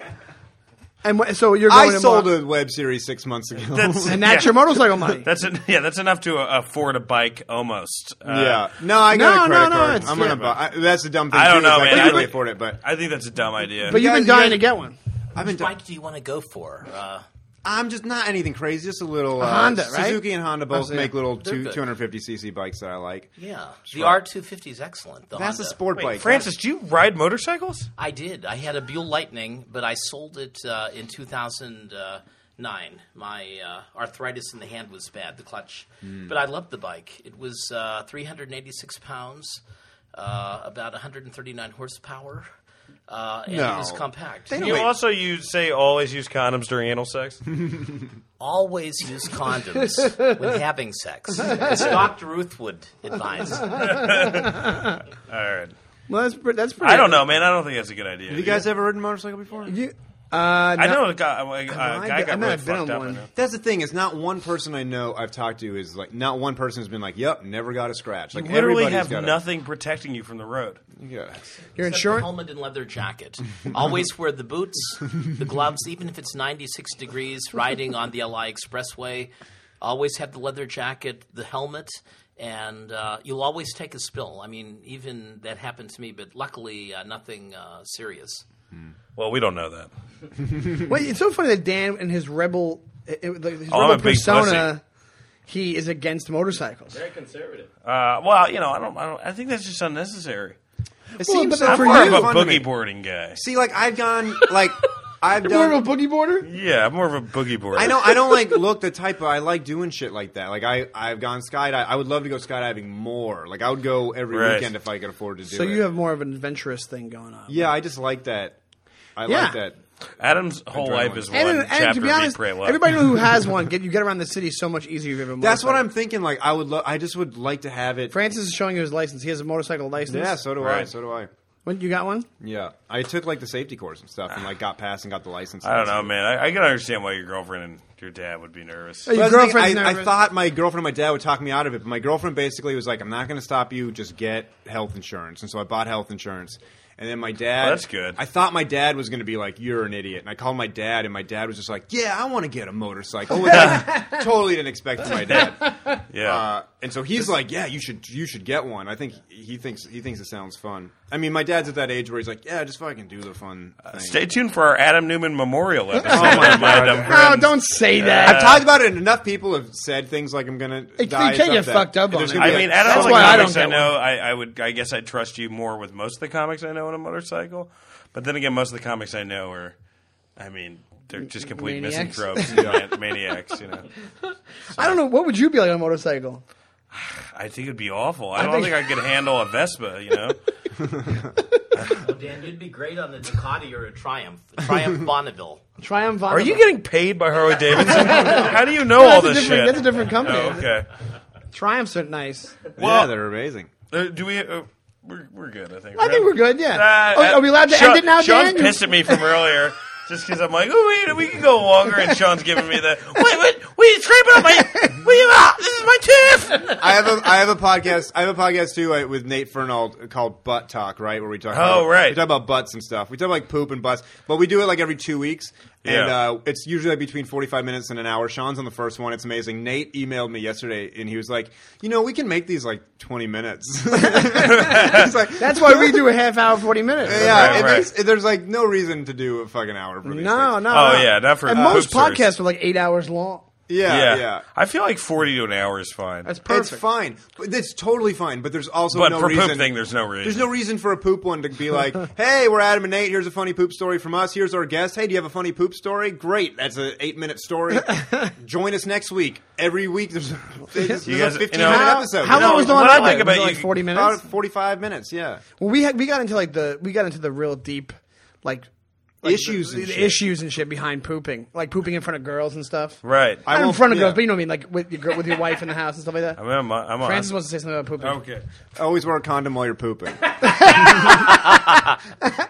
Speaker 3: And wh- so you're going
Speaker 5: I
Speaker 3: to
Speaker 5: sold
Speaker 3: Mar-
Speaker 5: a web series six months ago.
Speaker 1: That's-
Speaker 3: and that's
Speaker 1: yeah.
Speaker 3: your motorcycle money.
Speaker 1: That's en- yeah. That's enough to uh, afford a bike almost. Uh,
Speaker 5: yeah, no, I
Speaker 3: No,
Speaker 5: got a credit
Speaker 3: no, no,
Speaker 5: card.
Speaker 3: it's-
Speaker 5: I'm gonna
Speaker 3: yeah.
Speaker 5: buy. I, that's a dumb thing.
Speaker 1: I don't
Speaker 5: too, is
Speaker 1: know,
Speaker 5: I
Speaker 1: man.
Speaker 5: can't
Speaker 1: I
Speaker 5: really
Speaker 1: would-
Speaker 5: afford it, but
Speaker 1: I think that's a dumb idea.
Speaker 3: but you've
Speaker 5: guys-
Speaker 3: been dying
Speaker 5: you guys-
Speaker 3: to get one.
Speaker 5: I've been.
Speaker 2: Bike, do you want to go for? Uh,
Speaker 5: I'm just not anything crazy. Just a little uh,
Speaker 3: Honda, right?
Speaker 5: Suzuki and Honda both
Speaker 3: see.
Speaker 5: make little
Speaker 2: They're
Speaker 5: two,
Speaker 2: good.
Speaker 5: 250cc bikes that I like.
Speaker 2: yeah, the
Speaker 5: Sure.
Speaker 2: R two fifty is excellent. The
Speaker 5: That's a
Speaker 2: Honda.
Speaker 5: sport
Speaker 1: Wait,
Speaker 5: bike.
Speaker 1: Francis, do you ride motorcycles?
Speaker 2: I did. I had a Buell Lightning, but I sold it uh, in 2009. My uh, arthritis in the hand was bad, the clutch.
Speaker 5: Hmm.
Speaker 2: But I loved the bike. It was uh, 386 pounds, uh, about 139 horsepower, uh, and
Speaker 5: No.
Speaker 2: it was compact.
Speaker 1: You
Speaker 5: Wait.
Speaker 1: also you say always use condoms during anal sex.
Speaker 2: Always use condoms when having sex, as Dr. Ruth would advise.
Speaker 1: All right.
Speaker 3: Well, that's pre- that's pretty.
Speaker 1: I don't know, man. I don't think that's a good idea.
Speaker 5: Have you guys ever ridden a motorcycle before?
Speaker 3: You, uh,
Speaker 1: I know
Speaker 3: no-
Speaker 1: a guy. A, a
Speaker 3: I've
Speaker 1: guy
Speaker 3: been- I
Speaker 1: got
Speaker 3: might
Speaker 1: really
Speaker 3: have been
Speaker 1: fucked
Speaker 3: on
Speaker 1: up.
Speaker 3: one.
Speaker 1: in it.
Speaker 5: That's the thing is, not one person I know I've talked to is like, not one person has been like, "Yep, never got a scratch."
Speaker 1: You
Speaker 5: Like
Speaker 1: literally
Speaker 5: everybody's
Speaker 1: have
Speaker 5: got a-
Speaker 1: nothing protecting you from the road.
Speaker 5: Yeah.
Speaker 3: Your
Speaker 2: Except the
Speaker 3: insurance.
Speaker 2: helmet and leather jacket. Always wear the boots, the gloves, even if it's 96 degrees riding on the LI Expressway. Always have the leather jacket, the helmet, and uh, you'll always take a spill. I mean, even that happened to me, but luckily uh, nothing uh, serious.
Speaker 1: Well, we don't know that.
Speaker 3: Wait, it's so funny that Dan and his rebel, it, it, his
Speaker 1: Oh, I'm a
Speaker 3: rebel
Speaker 1: big
Speaker 3: persona, he is against motorcycles.
Speaker 7: Very conservative.
Speaker 1: Uh, well, you know, I don't, I don't. I think that's just unnecessary.
Speaker 5: It
Speaker 3: Well, but
Speaker 5: seems so
Speaker 3: for
Speaker 1: More
Speaker 5: fun
Speaker 1: of
Speaker 3: you-
Speaker 1: a
Speaker 5: to me.
Speaker 1: boogie boarding guy.
Speaker 5: See, like I've gone, like I've done.
Speaker 3: More of a boogie boarder.
Speaker 1: Yeah, I'm more of a boogie boarder.
Speaker 5: I know I don't like look the type of I like doing shit like that. Like I I've gone skydive. I would love to go skydiving more. Like I would go every
Speaker 1: Right.
Speaker 5: weekend if I could afford to do
Speaker 3: So
Speaker 5: it.
Speaker 3: you have more of an adventurous thing going on.
Speaker 5: yeah, I just like that. I
Speaker 3: Yeah.
Speaker 5: like that.
Speaker 1: Adam's whole
Speaker 5: Adrenaline.
Speaker 1: life is one
Speaker 3: And,
Speaker 1: chapter
Speaker 3: and to be
Speaker 1: of Eat,
Speaker 3: honest,
Speaker 1: Pray, Love.
Speaker 3: everybody who has one, get you get around the city so much easier if you have a motorcycle.
Speaker 5: That's what I'm thinking. Like I would, lo- I just would like to have it.
Speaker 3: Francis is showing you his license. He has a motorcycle license.
Speaker 5: yeah, so do I.
Speaker 1: Right.
Speaker 5: So do I.
Speaker 3: When you got one?
Speaker 5: Yeah, I took like the safety course and stuff, and like got passed and got the license.
Speaker 1: I don't know, man. I, I can understand why your girlfriend and your dad would be nervous.
Speaker 3: Hey,
Speaker 5: But that's the thing,
Speaker 3: girlfriend's
Speaker 5: I, I
Speaker 3: nervous.
Speaker 5: thought my girlfriend and my dad would talk me out of it, but my girlfriend basically was like, "I'm not going to stop you. Just get health insurance." And so I bought health insurance. And then my dad.
Speaker 1: Oh, that's good.
Speaker 5: I thought my dad was going to be like, "You're an idiot," and I called my dad, and my dad was just like, "Yeah, I want to get a motorcycle." Which I totally didn't expect from my dad.
Speaker 1: Yeah.
Speaker 5: Uh, and so he's like, "Yeah, you should you should get one." I think he thinks he thinks it sounds fun. I mean, my dad's at that age where he's like, yeah, just fucking do the fun thing.
Speaker 1: Uh, Stay tuned for our Adam Newman Memorial episode.
Speaker 5: Oh my God.
Speaker 1: dumb
Speaker 3: Oh,
Speaker 1: friend.
Speaker 3: don't say
Speaker 5: I've
Speaker 3: that.
Speaker 5: talked about it, and enough people have said things like, "I'm gonna."
Speaker 3: Hey,
Speaker 5: die
Speaker 3: Kenya
Speaker 5: someday.
Speaker 3: fucked up
Speaker 5: And
Speaker 3: on
Speaker 5: there's
Speaker 3: it.
Speaker 5: gonna
Speaker 1: I
Speaker 5: be a-
Speaker 1: mean, out of
Speaker 3: That's
Speaker 1: all the
Speaker 3: why I
Speaker 1: comics I,
Speaker 3: don't get
Speaker 1: know, I, I would. I guess I trust you more with most of the comics I know on a motorcycle. But then again, most of the comics I know are, I mean, they're just complete
Speaker 3: Maniacs.
Speaker 1: misanthropes, man- maniacs. You know,
Speaker 3: I don't know. What would you be like on a motorcycle?
Speaker 1: I think it'd be awful. I don't think I could handle a Vespa. You know,
Speaker 2: Oh, Dan, you'd be great on the Ducati or a Triumph. Triumph Bonneville.
Speaker 3: Triumph.
Speaker 1: are you getting paid by Harley Davidson? How do you know all
Speaker 3: that's a
Speaker 1: this
Speaker 3: different.
Speaker 1: shit?
Speaker 3: That's a different company.
Speaker 1: Oh, okay.
Speaker 3: Triumphs are nice.
Speaker 5: yeah, they're amazing.
Speaker 1: Uh, do we? Uh, we're, we're good. I think.
Speaker 3: I think
Speaker 1: right?
Speaker 3: we're good. Yeah.
Speaker 1: Uh,
Speaker 3: oh, are we allowed to
Speaker 1: Sean-
Speaker 3: end it now,
Speaker 1: Sean's
Speaker 3: Dan?
Speaker 1: pissed at me from earlier. Just because I'm like, oh wait, we can go longer, and Sean's giving me the wait, wait, wait, scraping up my, wait, ah, this is my tiff.
Speaker 5: I have a I have a podcast. I have a podcast too uh, with Nate Fernald called Butt Talk, right? Where we talk. about,
Speaker 1: Oh, right.
Speaker 5: We talk about butts and stuff. We talk about, like poop and butts, but we do it like every two weeks, and
Speaker 1: Yeah.
Speaker 5: uh, it's usually like between forty five minutes and an hour. Sean's on the first one. It's amazing. Nate emailed me yesterday, and he was like, "You know, we can make these like twenty minutes." He's like,
Speaker 3: That's why we do a half hour, forty minutes.
Speaker 5: Yeah,
Speaker 1: Right,
Speaker 5: and
Speaker 1: right.
Speaker 5: There's, and there's like no reason to do a fucking hour. For these
Speaker 3: No,
Speaker 5: things.
Speaker 3: no.
Speaker 1: Oh,
Speaker 3: no.
Speaker 1: yeah, not for-
Speaker 3: And
Speaker 1: uh,
Speaker 3: most
Speaker 1: hoopsters.
Speaker 3: podcasts are like eight hours long.
Speaker 5: Yeah,
Speaker 1: Yeah.
Speaker 5: yeah.
Speaker 1: I feel like forty to an hour is fine.
Speaker 3: That's perfect.
Speaker 5: It's fine. But It's totally fine. But there's also
Speaker 1: but
Speaker 5: no
Speaker 1: for
Speaker 5: reason.
Speaker 1: poop thing, there's no reason.
Speaker 5: There's no reason for a poop one to be like, "Hey, we're Adam and Nate. Here's a funny poop story from us. Here's our guest. Hey, do you have a funny poop story? Great, that's an eight minute story. Join us next week. Every week there's a, there's
Speaker 1: You
Speaker 5: a
Speaker 1: guys- you
Speaker 5: fifteen
Speaker 1: know-
Speaker 5: minute
Speaker 1: How-
Speaker 5: episode.
Speaker 3: How
Speaker 1: No,
Speaker 3: long was the
Speaker 1: what
Speaker 3: one?
Speaker 1: I
Speaker 3: earlier?
Speaker 1: think about
Speaker 3: was it like
Speaker 1: you-
Speaker 3: forty minutes.
Speaker 5: About forty five minutes. Yeah,
Speaker 3: Well, we had, we got into like the we got into the real deep like, like
Speaker 5: Issues
Speaker 3: the,
Speaker 5: and
Speaker 3: the
Speaker 5: shit.
Speaker 3: issues and shit behind pooping, like pooping in front of girls and stuff.
Speaker 1: right.
Speaker 5: I
Speaker 3: Not in
Speaker 5: won't-
Speaker 3: front of
Speaker 5: yeah.
Speaker 3: girls, but you know what I mean, like with your girl, with your wife in the house and stuff like that.
Speaker 1: I Oh, mean, I'm, on- I'm on.
Speaker 3: Francis wants to say something about pooping.
Speaker 1: okay.
Speaker 5: always wear a condom while you're pooping.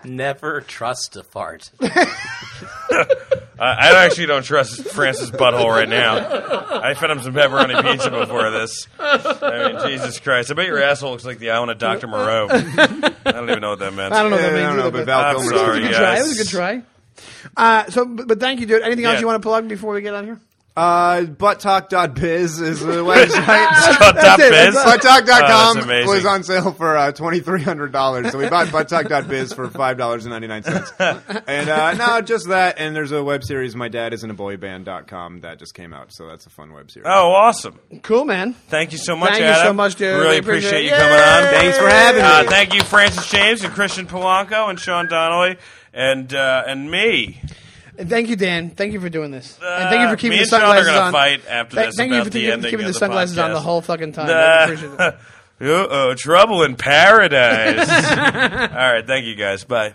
Speaker 2: Never trust a fart.
Speaker 1: I, I actually don't trust Francis' butthole right now. I fed him some pepperoni pizza before this. I mean, Jesus Christ! I bet your asshole looks like the eye on a Dr. Moreau. I don't even know what that meant.
Speaker 3: I don't know what that means.
Speaker 5: Yeah, I don't know,
Speaker 3: either,
Speaker 5: but Val
Speaker 1: I'm
Speaker 5: Kilmer's
Speaker 1: sorry,
Speaker 5: pretty
Speaker 3: Good
Speaker 5: good.
Speaker 3: try.
Speaker 1: guys.
Speaker 3: It was a good try. Uh, so, but, but thank you, dude. Anything else
Speaker 1: Yeah.
Speaker 3: you want to plug before we get out of here?
Speaker 5: Uh, butttalk.biz is the website.
Speaker 1: Cut that
Speaker 3: it,
Speaker 1: biz.
Speaker 3: that's
Speaker 1: Oh,
Speaker 5: Butttalk.com
Speaker 1: that's amazing.
Speaker 5: was on sale for uh, $2,300. So we bought butttalk.biz for $5.99. And uh, no, just that. And there's a web series, My Dad Isn't a Boy Band.com, that just came out. So that's a fun web series.
Speaker 1: Oh, awesome.
Speaker 3: Cool, man.
Speaker 1: Thank you so much,
Speaker 3: Thank you
Speaker 1: Adam.
Speaker 3: so much, dude.
Speaker 1: Really
Speaker 3: We appreciate
Speaker 1: appreciate
Speaker 3: it.
Speaker 1: you coming on.
Speaker 5: Thanks for having
Speaker 1: Uh,
Speaker 5: me.
Speaker 1: thank you, Francis James and Christian Polanco and Sean Donnelly and uh, and me.
Speaker 3: And thank you, Dan. Thank you for doing this. and thank you for keeping
Speaker 1: Uh, me
Speaker 3: the
Speaker 1: and Sean are
Speaker 3: sunglasses
Speaker 1: gonna
Speaker 3: on.
Speaker 1: fight after
Speaker 3: Th-
Speaker 1: this
Speaker 3: thank you
Speaker 1: about
Speaker 3: for
Speaker 1: the
Speaker 3: keeping-
Speaker 1: ending
Speaker 3: keeping
Speaker 1: of
Speaker 3: the
Speaker 1: the
Speaker 3: sunglasses on the
Speaker 1: podcast.
Speaker 3: whole fucking time. I appreciate it.
Speaker 1: Uh oh, trouble in paradise. All right, thank you guys. Bye.